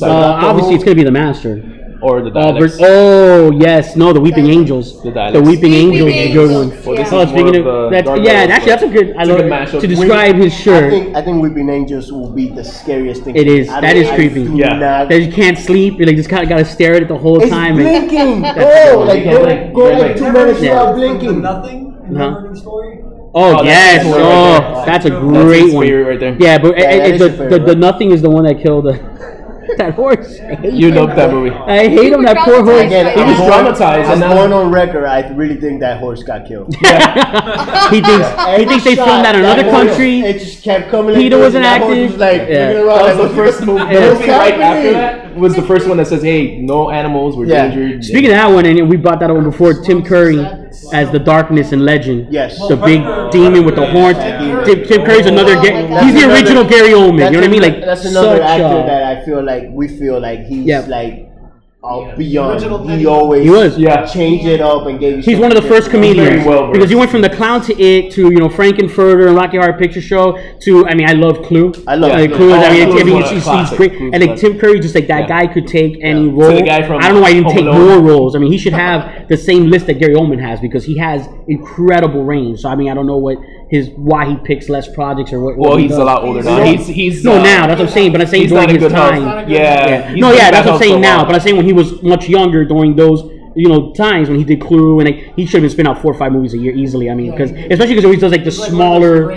Speaker 6: Doctor
Speaker 5: obviously,
Speaker 6: Who.
Speaker 5: it's gonna be the Master.
Speaker 6: or the
Speaker 5: Oh,
Speaker 6: dialects?
Speaker 5: Vir- oh yes, no, the Weeping Angels.
Speaker 6: The
Speaker 5: The
Speaker 6: dialects.
Speaker 5: Weeping Angels is a good
Speaker 8: Angels,
Speaker 5: one.
Speaker 8: yeah.
Speaker 5: Oh, speaking of, that's, yeah, and actually, that's a good. I love it. to describe his
Speaker 8: I
Speaker 5: shirt.
Speaker 8: think, I think Weeping Angels will be the scariest thing.
Speaker 5: It is.
Speaker 8: I
Speaker 5: that
Speaker 8: mean,
Speaker 5: is
Speaker 8: I
Speaker 5: creepy.
Speaker 8: do not-
Speaker 5: That you can't sleep. You like just kind of gotta stare at it the whole
Speaker 8: It's
Speaker 5: time. and-
Speaker 8: blinking.
Speaker 5: That's
Speaker 8: Go
Speaker 5: annoying.
Speaker 8: like
Speaker 5: You can't
Speaker 8: go,
Speaker 5: blink.
Speaker 8: go
Speaker 5: You can't
Speaker 8: like two
Speaker 5: blink.
Speaker 8: minutes
Speaker 5: Yeah.
Speaker 8: without blinking.
Speaker 10: Nothing.
Speaker 5: Uh-huh.
Speaker 10: Story.
Speaker 5: Oh,
Speaker 6: Oh, that's
Speaker 5: yes,
Speaker 6: his favorite right
Speaker 5: oh,
Speaker 6: there.
Speaker 5: that's a
Speaker 6: That's his
Speaker 5: great one.
Speaker 6: favorite right there.
Speaker 5: Yeah, but
Speaker 6: Yeah,
Speaker 5: eh, eh,
Speaker 6: that is
Speaker 5: the,
Speaker 6: his
Speaker 5: the,
Speaker 6: favorite
Speaker 5: the
Speaker 6: one.
Speaker 5: nothing is the one that killed the, that horse. I hate
Speaker 6: You
Speaker 5: him.
Speaker 6: loved that movie.
Speaker 5: I hate him. That poor horse.
Speaker 8: Again,
Speaker 5: he
Speaker 8: I'm
Speaker 5: was
Speaker 8: going-
Speaker 5: traumatized.
Speaker 8: I'm
Speaker 5: And now
Speaker 8: going on record. I really think that horse got killed.
Speaker 5: he thinks he thinks they filmed that in another country.
Speaker 8: It just kept coming. and
Speaker 5: Peter
Speaker 8: going,
Speaker 5: wasn't
Speaker 8: that horse
Speaker 5: active.
Speaker 8: was like,
Speaker 5: Yeah.
Speaker 8: looking around,
Speaker 6: That
Speaker 8: like,
Speaker 6: was the first movie.
Speaker 8: what's
Speaker 6: The movie right after
Speaker 8: happening?
Speaker 6: that was the first one that says, "Hey, no animals were
Speaker 5: Yeah.
Speaker 6: injured."
Speaker 5: Speaking of that one, and we brought that one before. Tim Curry as the Darkness in Legend.
Speaker 8: Yes.
Speaker 5: the big demon with the horns. Tim, Tim Curry's another. Ga- he's the original Gary Oldman. You know what I mean? Like
Speaker 8: that's another
Speaker 5: such
Speaker 8: actor
Speaker 5: a-
Speaker 8: that I feel like we feel like he's like uh, beyond. He
Speaker 5: Eddie.
Speaker 8: always
Speaker 5: He was.
Speaker 8: yeah changed it up and gave. You
Speaker 5: He's one of the
Speaker 8: something
Speaker 5: first
Speaker 8: different.
Speaker 5: comedians because he went from the clown to it to you know Frankenfurter and Rocky Horror Picture Show to I mean I love Clue. I
Speaker 8: love
Speaker 5: Clue.
Speaker 8: Clue.
Speaker 5: I mean,
Speaker 8: Oh,
Speaker 5: it's- I
Speaker 8: Clue's
Speaker 5: mean
Speaker 8: one
Speaker 5: it's, it's,
Speaker 8: of the
Speaker 5: it's
Speaker 8: classics.
Speaker 5: great.
Speaker 8: Clue's
Speaker 5: and like Tim Curry, just like that guy could take any role.
Speaker 6: the guy from
Speaker 5: I don't know why he didn't
Speaker 6: Home
Speaker 5: take
Speaker 6: Alone.
Speaker 5: more roles. I mean he should have the same list that Gary Oldman has because he has incredible range. So I mean I don't know what his why he picks less projects or what. what
Speaker 6: Well,
Speaker 5: he
Speaker 6: he's
Speaker 5: does.
Speaker 6: a lot older now.
Speaker 5: No.
Speaker 6: He's- he's,
Speaker 5: no
Speaker 6: uh,
Speaker 5: now. That's what I'm saying. But I'm saying
Speaker 6: he's
Speaker 5: during
Speaker 6: not in
Speaker 5: his
Speaker 6: good health.
Speaker 5: time.
Speaker 6: Yeah, he's
Speaker 5: No,
Speaker 6: been
Speaker 5: yeah.
Speaker 6: in
Speaker 5: That's what I'm
Speaker 6: bad health for a
Speaker 5: saying now.
Speaker 6: while.
Speaker 5: But I'm saying when he was much younger during those you know times when he did Clue and like he should have been spinning out four or five movies a year easily. I mean, because especially because he always does like the smaller.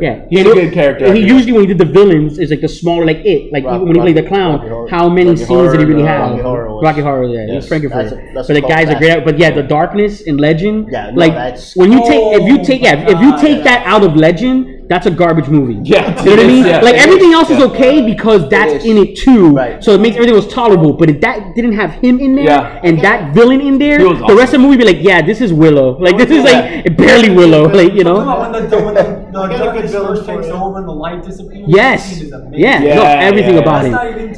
Speaker 5: Yeah,
Speaker 6: He's a good character
Speaker 5: And he
Speaker 6: actor, yeah.
Speaker 5: usually when he did the villains is like the smaller like it like
Speaker 6: Rocky-
Speaker 5: even when he played the
Speaker 6: Rocky-
Speaker 5: clown.
Speaker 6: Rocky Horror-
Speaker 5: how many
Speaker 6: Rocky
Speaker 5: scenes
Speaker 6: Horror,
Speaker 5: did he really
Speaker 6: uh,
Speaker 5: have?
Speaker 6: Rocky Horror was-
Speaker 5: Rocky Horror, yeah,
Speaker 6: Yes.
Speaker 5: he's Frankenfurter.
Speaker 6: That's a- that's
Speaker 5: but the
Speaker 6: a
Speaker 5: guy's a
Speaker 6: cult
Speaker 5: great. But yeah, the darkness in Legend.
Speaker 6: no,
Speaker 5: like
Speaker 6: that's- Oh
Speaker 5: when you take if you take
Speaker 6: my
Speaker 5: yeah if you
Speaker 6: God.
Speaker 5: take that out of Legend, that's a garbage movie.
Speaker 6: Yeah,
Speaker 5: you know what I mean.
Speaker 6: yeah,
Speaker 5: like
Speaker 6: it
Speaker 5: everything
Speaker 6: is,
Speaker 5: else is
Speaker 6: yeah.
Speaker 5: okay because that's in it too. So it makes everything was tolerable. But if that didn't have him in there
Speaker 6: Yeah.
Speaker 5: and that villain in there,
Speaker 6: He was
Speaker 5: the rest of the movie be like, yeah, this is Willow. Like this is like barely Willow. Like you know.
Speaker 10: When the, the, when the, the darkness first takes over and the light disappears.
Speaker 5: Yes. Yeah. No, everything about him.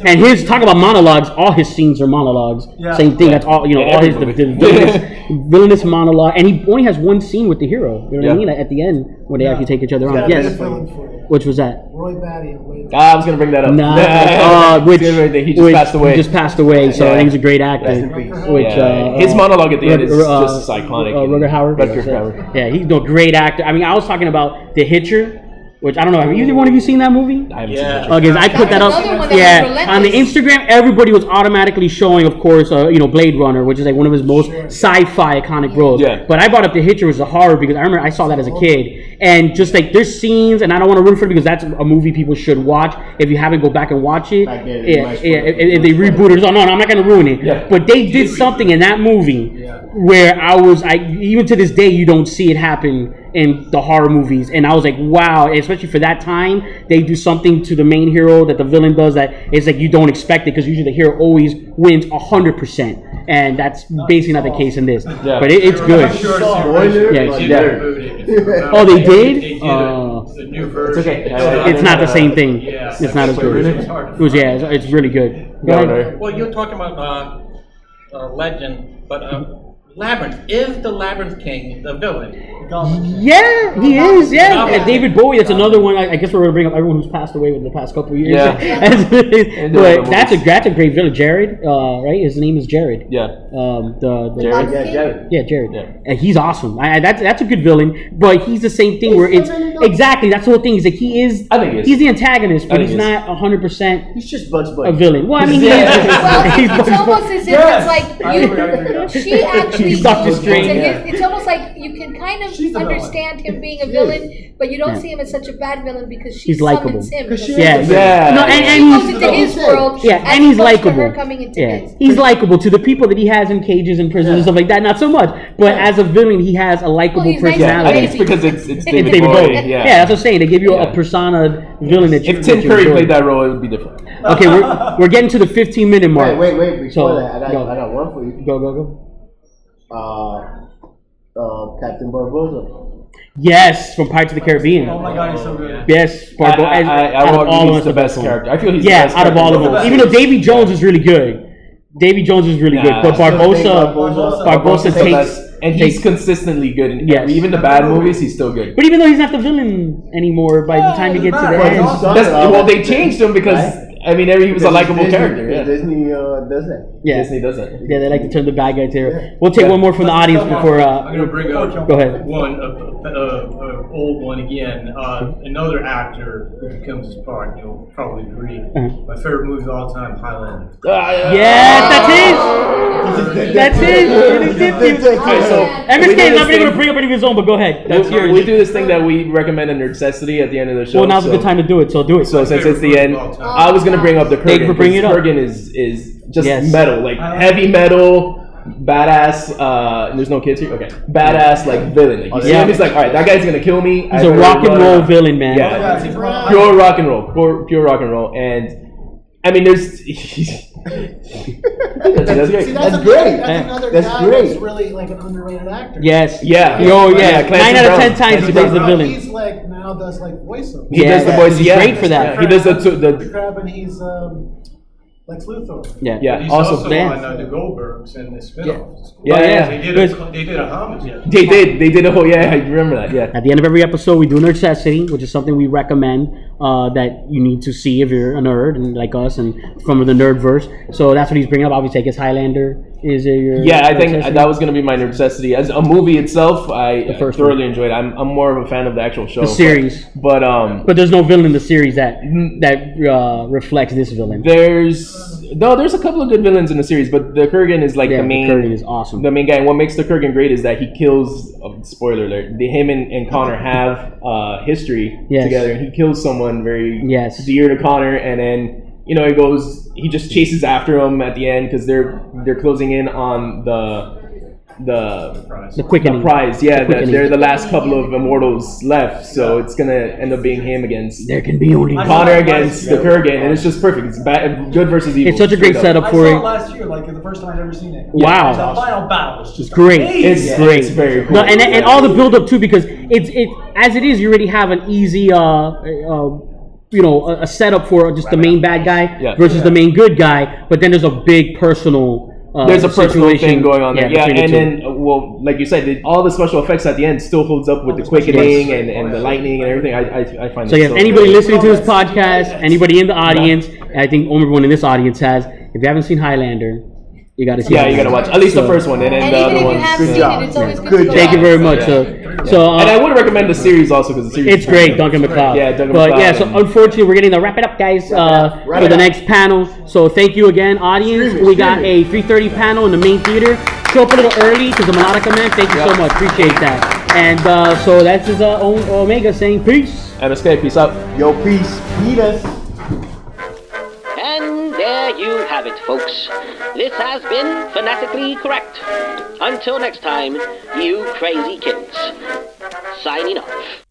Speaker 5: And his talk about monologues. All his scenes are monologues.
Speaker 10: Yeah.
Speaker 5: Same thing. That's all. You know,
Speaker 6: Yeah,
Speaker 5: all his the,
Speaker 6: every
Speaker 5: the
Speaker 6: movie.
Speaker 5: villainous, villainous monologue. And he only has one scene with the hero. You know what
Speaker 6: Yeah.
Speaker 5: I mean? At the end, when they
Speaker 6: Yeah.
Speaker 5: actually take each other
Speaker 6: He's
Speaker 5: on.
Speaker 6: got a
Speaker 5: Yes.
Speaker 6: big villain
Speaker 5: Which was that?
Speaker 10: Roy Batty.
Speaker 6: Ah, I was gonna bring that up.
Speaker 5: Nah. uh, which,
Speaker 6: he just
Speaker 5: which
Speaker 6: passed away.
Speaker 5: He just passed away. So
Speaker 6: Yeah.
Speaker 5: I think he's a great actor.
Speaker 6: Rest in peace.
Speaker 5: Which
Speaker 6: Yeah.
Speaker 5: uh,
Speaker 6: His
Speaker 5: uh,
Speaker 6: monologue at the end
Speaker 5: Rut-
Speaker 6: is
Speaker 5: uh,
Speaker 6: just iconic.
Speaker 5: Uh, Rutger Howard.
Speaker 6: Rutger
Speaker 5: Yeah,
Speaker 6: Howard.
Speaker 5: Yeah, he's a great actor. I mean, I was talking about The Hitcher. Which I don't know. Have either one of you seen that movie?
Speaker 6: I haven't seen that.
Speaker 5: Okay, so I put that up.
Speaker 6: Another one that was
Speaker 5: Yeah,
Speaker 6: relentless.
Speaker 5: on the Instagram, everybody was automatically showing, of course, uh, you know, Blade Runner, which is like one of his most sci-fi iconic roles.
Speaker 6: Yeah.
Speaker 5: But I brought up The Hitcher was a horror because I remember I saw that as a kid, and just like there's scenes, and I don't want to ruin for it because that's a movie people should watch. If you haven't, go back and watch it. Yeah,
Speaker 8: did.
Speaker 5: yeah.
Speaker 8: My
Speaker 5: If, if they rebooted, it, oh, no, no, I'm not gonna ruin it. But they did something in that movie where I was, I even to this day, you don't see it happen in the horror movies, and I was like, wow, especially for that time, they do something to the main hero that the villain does that it's like you don't expect it because usually the hero always wins hundred percent, and that's basically not the case in this.
Speaker 6: Yeah.
Speaker 5: But it, it's good.
Speaker 6: Spoiler,
Speaker 5: Yeah,
Speaker 6: but
Speaker 5: yeah.
Speaker 6: they
Speaker 5: Oh, they did.
Speaker 6: They did it.
Speaker 5: Oh.
Speaker 6: It's a new version. It's okay.
Speaker 5: It's not the same thing.
Speaker 13: Yeah.
Speaker 5: It's not as good.
Speaker 13: It's
Speaker 5: It
Speaker 13: hard to
Speaker 5: was yeah. It's, it's really good. Go
Speaker 6: Yeah,
Speaker 5: ahead.
Speaker 6: right.
Speaker 13: Well, you're talking about uh, uh, legend, but uh, labyrinth is the labyrinth king the villain?
Speaker 5: Yeah, he is. Yeah,
Speaker 13: Goblin.
Speaker 5: And David Bowie. That's another one. I, I guess we're gonna bring up everyone who's passed away within the past couple of years.
Speaker 6: Yeah.
Speaker 5: As it is.
Speaker 6: And the other
Speaker 5: but
Speaker 6: ones.
Speaker 5: that's a that's a great villain. Jared, uh, right? His name is Jared.
Speaker 6: Yeah.
Speaker 5: Um, the, the
Speaker 6: Jared? Yeah, Jared.
Speaker 5: Yeah, Jared. Yeah. And he's awesome. I, I, that's that's a good villain. But he's the same thing where it's
Speaker 8: villain, though.
Speaker 5: exactly that's the whole thing. Is like he is. I think
Speaker 8: he is.
Speaker 5: he's the antagonist,
Speaker 8: I
Speaker 5: but
Speaker 8: think
Speaker 5: he's
Speaker 8: he is.
Speaker 5: not hundred percent.
Speaker 8: He's just Bugs
Speaker 5: a
Speaker 8: Bunny.
Speaker 5: villain. Well, I mean, he
Speaker 8: Yeah.
Speaker 5: is.
Speaker 8: Well,
Speaker 5: he's
Speaker 8: it's
Speaker 5: Bugs
Speaker 11: almost
Speaker 5: Bunny.
Speaker 11: as if it's like you- she actually
Speaker 5: He's Dr.
Speaker 11: leans
Speaker 5: Strange.
Speaker 11: into his-
Speaker 5: Yeah.
Speaker 11: It's almost like you can kind of understand him being a villain, but you don't
Speaker 5: Yeah.
Speaker 11: see him as such a bad villain because she
Speaker 5: He's likable.
Speaker 11: summons him.
Speaker 5: Yeah, yeah. No, and, and
Speaker 11: he goes
Speaker 5: he's,
Speaker 11: into his world.
Speaker 5: Yeah,
Speaker 11: as
Speaker 5: and
Speaker 11: opposed
Speaker 5: he's
Speaker 11: to her
Speaker 5: likable.
Speaker 11: coming into
Speaker 5: Yeah,
Speaker 11: his.
Speaker 5: he's likable to the people that he has in cages and prisons and stuff like that. Not so much, but as a villain, he has a likable
Speaker 11: he's nice and
Speaker 5: personality.
Speaker 6: I think it's because it's, it's David, Bowie. Yeah.
Speaker 5: that's what I'm saying. They give you a persona villain that you
Speaker 6: If Tim
Speaker 5: that you
Speaker 6: Curry
Speaker 5: enjoy.
Speaker 6: played that role, it would be different.
Speaker 5: Okay, we're, we're getting to the 15 minute mark.
Speaker 8: Wait, wait, wait. Before
Speaker 5: So,
Speaker 8: that, I got,
Speaker 5: go.
Speaker 8: I got one for you.
Speaker 5: Go, go, go.
Speaker 8: Uh, uh, Captain Barbosa.
Speaker 5: Yes, from Pirates of the Caribbean.
Speaker 10: Oh my god, he's so good.
Speaker 5: Yes,
Speaker 6: I-
Speaker 5: Barbo.
Speaker 6: I-
Speaker 5: as-
Speaker 6: I- I
Speaker 5: out of
Speaker 6: would argue
Speaker 5: all of
Speaker 6: he's
Speaker 5: us,
Speaker 6: the best
Speaker 5: one.
Speaker 6: character. I feel he's the
Speaker 5: yeah,
Speaker 6: best
Speaker 5: out of all
Speaker 6: character.
Speaker 5: of
Speaker 6: He's the
Speaker 5: them.
Speaker 6: best.
Speaker 5: Even though Davy Jones is really good, Davy Jones is really
Speaker 6: Nah,
Speaker 5: good, but
Speaker 6: I still think
Speaker 5: Barbosa,
Speaker 6: Barbosa-
Speaker 5: Barbosa,
Speaker 6: Barbosa's the
Speaker 5: takes.
Speaker 6: best, and he's consistently good. In
Speaker 5: Yes.
Speaker 6: every, even the bad movies, he's still good.
Speaker 5: But even though he's not the villain anymore, by the time you get to the
Speaker 6: Well,
Speaker 5: end,
Speaker 6: that's- well, they changed him because I mean, every, he was a likable
Speaker 8: Disney-
Speaker 6: character. Yeah.
Speaker 8: Disney uh, does that.
Speaker 5: Yeah.
Speaker 6: Disney does that.
Speaker 5: Yeah, they like to turn the bad guy to hero. We'll take one more from the audience before. Uh,
Speaker 13: I'm going to bring up
Speaker 5: Go ahead.
Speaker 13: one, uh, uh, uh, old one again. Uh, another actor who becomes his part, you'll probably agree.
Speaker 5: Mhm.
Speaker 13: My favorite movie of all time, Highlander.
Speaker 6: Ah,
Speaker 5: Yes, that's it. That's it. You did it.
Speaker 6: Alright, so we
Speaker 5: MSK
Speaker 6: did
Speaker 5: is
Speaker 6: this
Speaker 5: not been able to
Speaker 6: thing-
Speaker 5: bring up any of his own, but go ahead. That's
Speaker 6: we,
Speaker 5: yours.
Speaker 6: we do this thing that we recommend a necessity at the end of the show.
Speaker 5: Well, now's a good time to do it, so do it.
Speaker 6: So since it's the end, I was gonna bring up the Kurgan.
Speaker 5: Thank you for bringing it up.
Speaker 6: because Kurgan is is just
Speaker 5: Yes.
Speaker 6: metal, like heavy metal, badass. Uh, there's no kids here. Okay, badass like villain. Like, you see
Speaker 5: Yeah.
Speaker 6: him, he's like, all right, that guy's gonna kill me.
Speaker 5: He's
Speaker 6: a
Speaker 5: a rock and roll villain, man.
Speaker 6: Yeah,
Speaker 5: Yeah.
Speaker 6: pure rock and roll, pure, pure rock and roll, and. I mean, there's. that's great.
Speaker 9: See, that's, a- That's another guy that's really like an underrated actor.
Speaker 5: Yes.
Speaker 6: Yeah.
Speaker 5: Oh
Speaker 6: Yeah,
Speaker 5: yeah.
Speaker 6: Clancy
Speaker 5: Nine out of
Speaker 6: Brown.
Speaker 5: ten times
Speaker 6: Clancy
Speaker 5: he plays the
Speaker 6: Brown.
Speaker 5: villain.
Speaker 9: He's like now does like voiceover.
Speaker 6: He does the voice.
Speaker 5: he's
Speaker 6: yeah.
Speaker 5: great for that.
Speaker 6: Yeah, He does the two,
Speaker 9: He's
Speaker 6: the
Speaker 9: Crab and he's um, Lex Luthor.
Speaker 5: yeah.
Speaker 6: yeah.
Speaker 13: He's
Speaker 6: also,
Speaker 13: also, on uh, the Goldbergs and the spinoffs.
Speaker 5: Oh,
Speaker 6: Yeah, yeah, yeah.
Speaker 13: They did a, they did a homage. yeah.
Speaker 6: They did. They did a whole. Yeah, I remember that. Yeah.
Speaker 5: At the end of every episode, we do Nerdcessity, which is something we recommend uh, that you need to see if you're a nerd and like us and from the nerdverse. So that's what he's bringing up. Obviously, I guess Highlander is it your
Speaker 6: Yeah, I
Speaker 5: Nerdcessity?
Speaker 6: think that was gonna be my necessity. As a movie itself, I
Speaker 5: first
Speaker 6: thoroughly enjoyed. It. I'm, I'm more of a fan of the actual show,
Speaker 5: the
Speaker 6: but-
Speaker 5: series.
Speaker 6: But um,
Speaker 5: But there's no villain in the series that
Speaker 6: Mm-hmm.
Speaker 5: that uh, reflects this villain.
Speaker 6: there's no, there's a couple of good villains in the series, but the Kurgan is like
Speaker 5: Yeah,
Speaker 6: the
Speaker 5: the
Speaker 6: main.
Speaker 5: Kurgan is awesome.
Speaker 6: The main guy. And what makes the Kurgan great is that he kills. Uh, spoiler alert: the, him and, and Connor have uh, history
Speaker 5: Yes.
Speaker 6: together, and he kills someone very
Speaker 5: Yes.
Speaker 6: dear to Connor, and then you know it goes. He just chases after him at the end because they're they're closing in on the the
Speaker 5: The quickening.
Speaker 6: prize. Yeah,
Speaker 5: The
Speaker 6: that
Speaker 5: quickening.
Speaker 6: they're the last couple of immortals left, so it's gonna end up being him against.
Speaker 5: There can be only one.
Speaker 6: Connor against the Kurgan, and it's just perfect. It's bad, good versus evil.
Speaker 5: It's such a great
Speaker 6: straight up.
Speaker 5: setup for
Speaker 10: I saw it
Speaker 5: it.
Speaker 10: last year, like the first time I'd ever seen it.
Speaker 5: Wow.
Speaker 10: The final battle was
Speaker 5: It's
Speaker 10: just
Speaker 5: great.
Speaker 10: amazing.
Speaker 5: It's great.
Speaker 6: it's very
Speaker 5: No,
Speaker 6: cool.
Speaker 5: and, and all the build up too, because it's it as it is, you already have an easy uh, uh you know a, a setup for just the main bad guy
Speaker 6: Yeah.
Speaker 5: versus
Speaker 6: Yeah.
Speaker 5: the main good guy. But then there's a big personal. Uh,
Speaker 6: There's a personal
Speaker 5: situation,
Speaker 6: thing going on there. Yeah,
Speaker 5: between the
Speaker 6: and
Speaker 5: two.
Speaker 6: then uh, well, like you said, the, all the special effects at the end still holds up with the quickening and, and the lightning and everything. I I, I find
Speaker 5: So
Speaker 6: it
Speaker 5: yes, anybody
Speaker 6: good.
Speaker 5: listening to this podcast, anybody in the audience, I think almost everyone in this audience has. If you haven't seen Highlander, you got to see.
Speaker 6: Yeah,
Speaker 5: it.
Speaker 6: you gotta watch at least the
Speaker 5: So-
Speaker 6: first one, and then
Speaker 11: And
Speaker 6: the
Speaker 11: even
Speaker 6: other
Speaker 11: if you
Speaker 6: one.
Speaker 11: have seen it, it's always good to go
Speaker 5: Thank you
Speaker 11: back.
Speaker 5: very much.
Speaker 6: Yeah.
Speaker 5: So, so uh,
Speaker 6: and I would recommend the series also because the series
Speaker 5: It's great, Duncan McLeod.
Speaker 6: Yeah, Duncan
Speaker 5: but
Speaker 6: MacLeod
Speaker 5: yeah, so
Speaker 6: and-
Speaker 5: unfortunately, we're getting to wrap it up, guys, uh,
Speaker 6: Wrap
Speaker 5: for
Speaker 6: it
Speaker 5: the
Speaker 6: up.
Speaker 5: next panel. So thank you again, audience.
Speaker 6: Stream it,
Speaker 5: we
Speaker 6: stream
Speaker 5: got a 3:30 panel in the main theater. Show up a little early because I'm melodica man. Thank you so much, appreciate that. And uh, so that's just uh, O- Omega saying peace.
Speaker 6: MSK, peace out.
Speaker 8: Yo, peace. Meet us.
Speaker 14: And there you have it, folks. This has been Fanatically Correct. Until next time, you crazy kids. Signing off.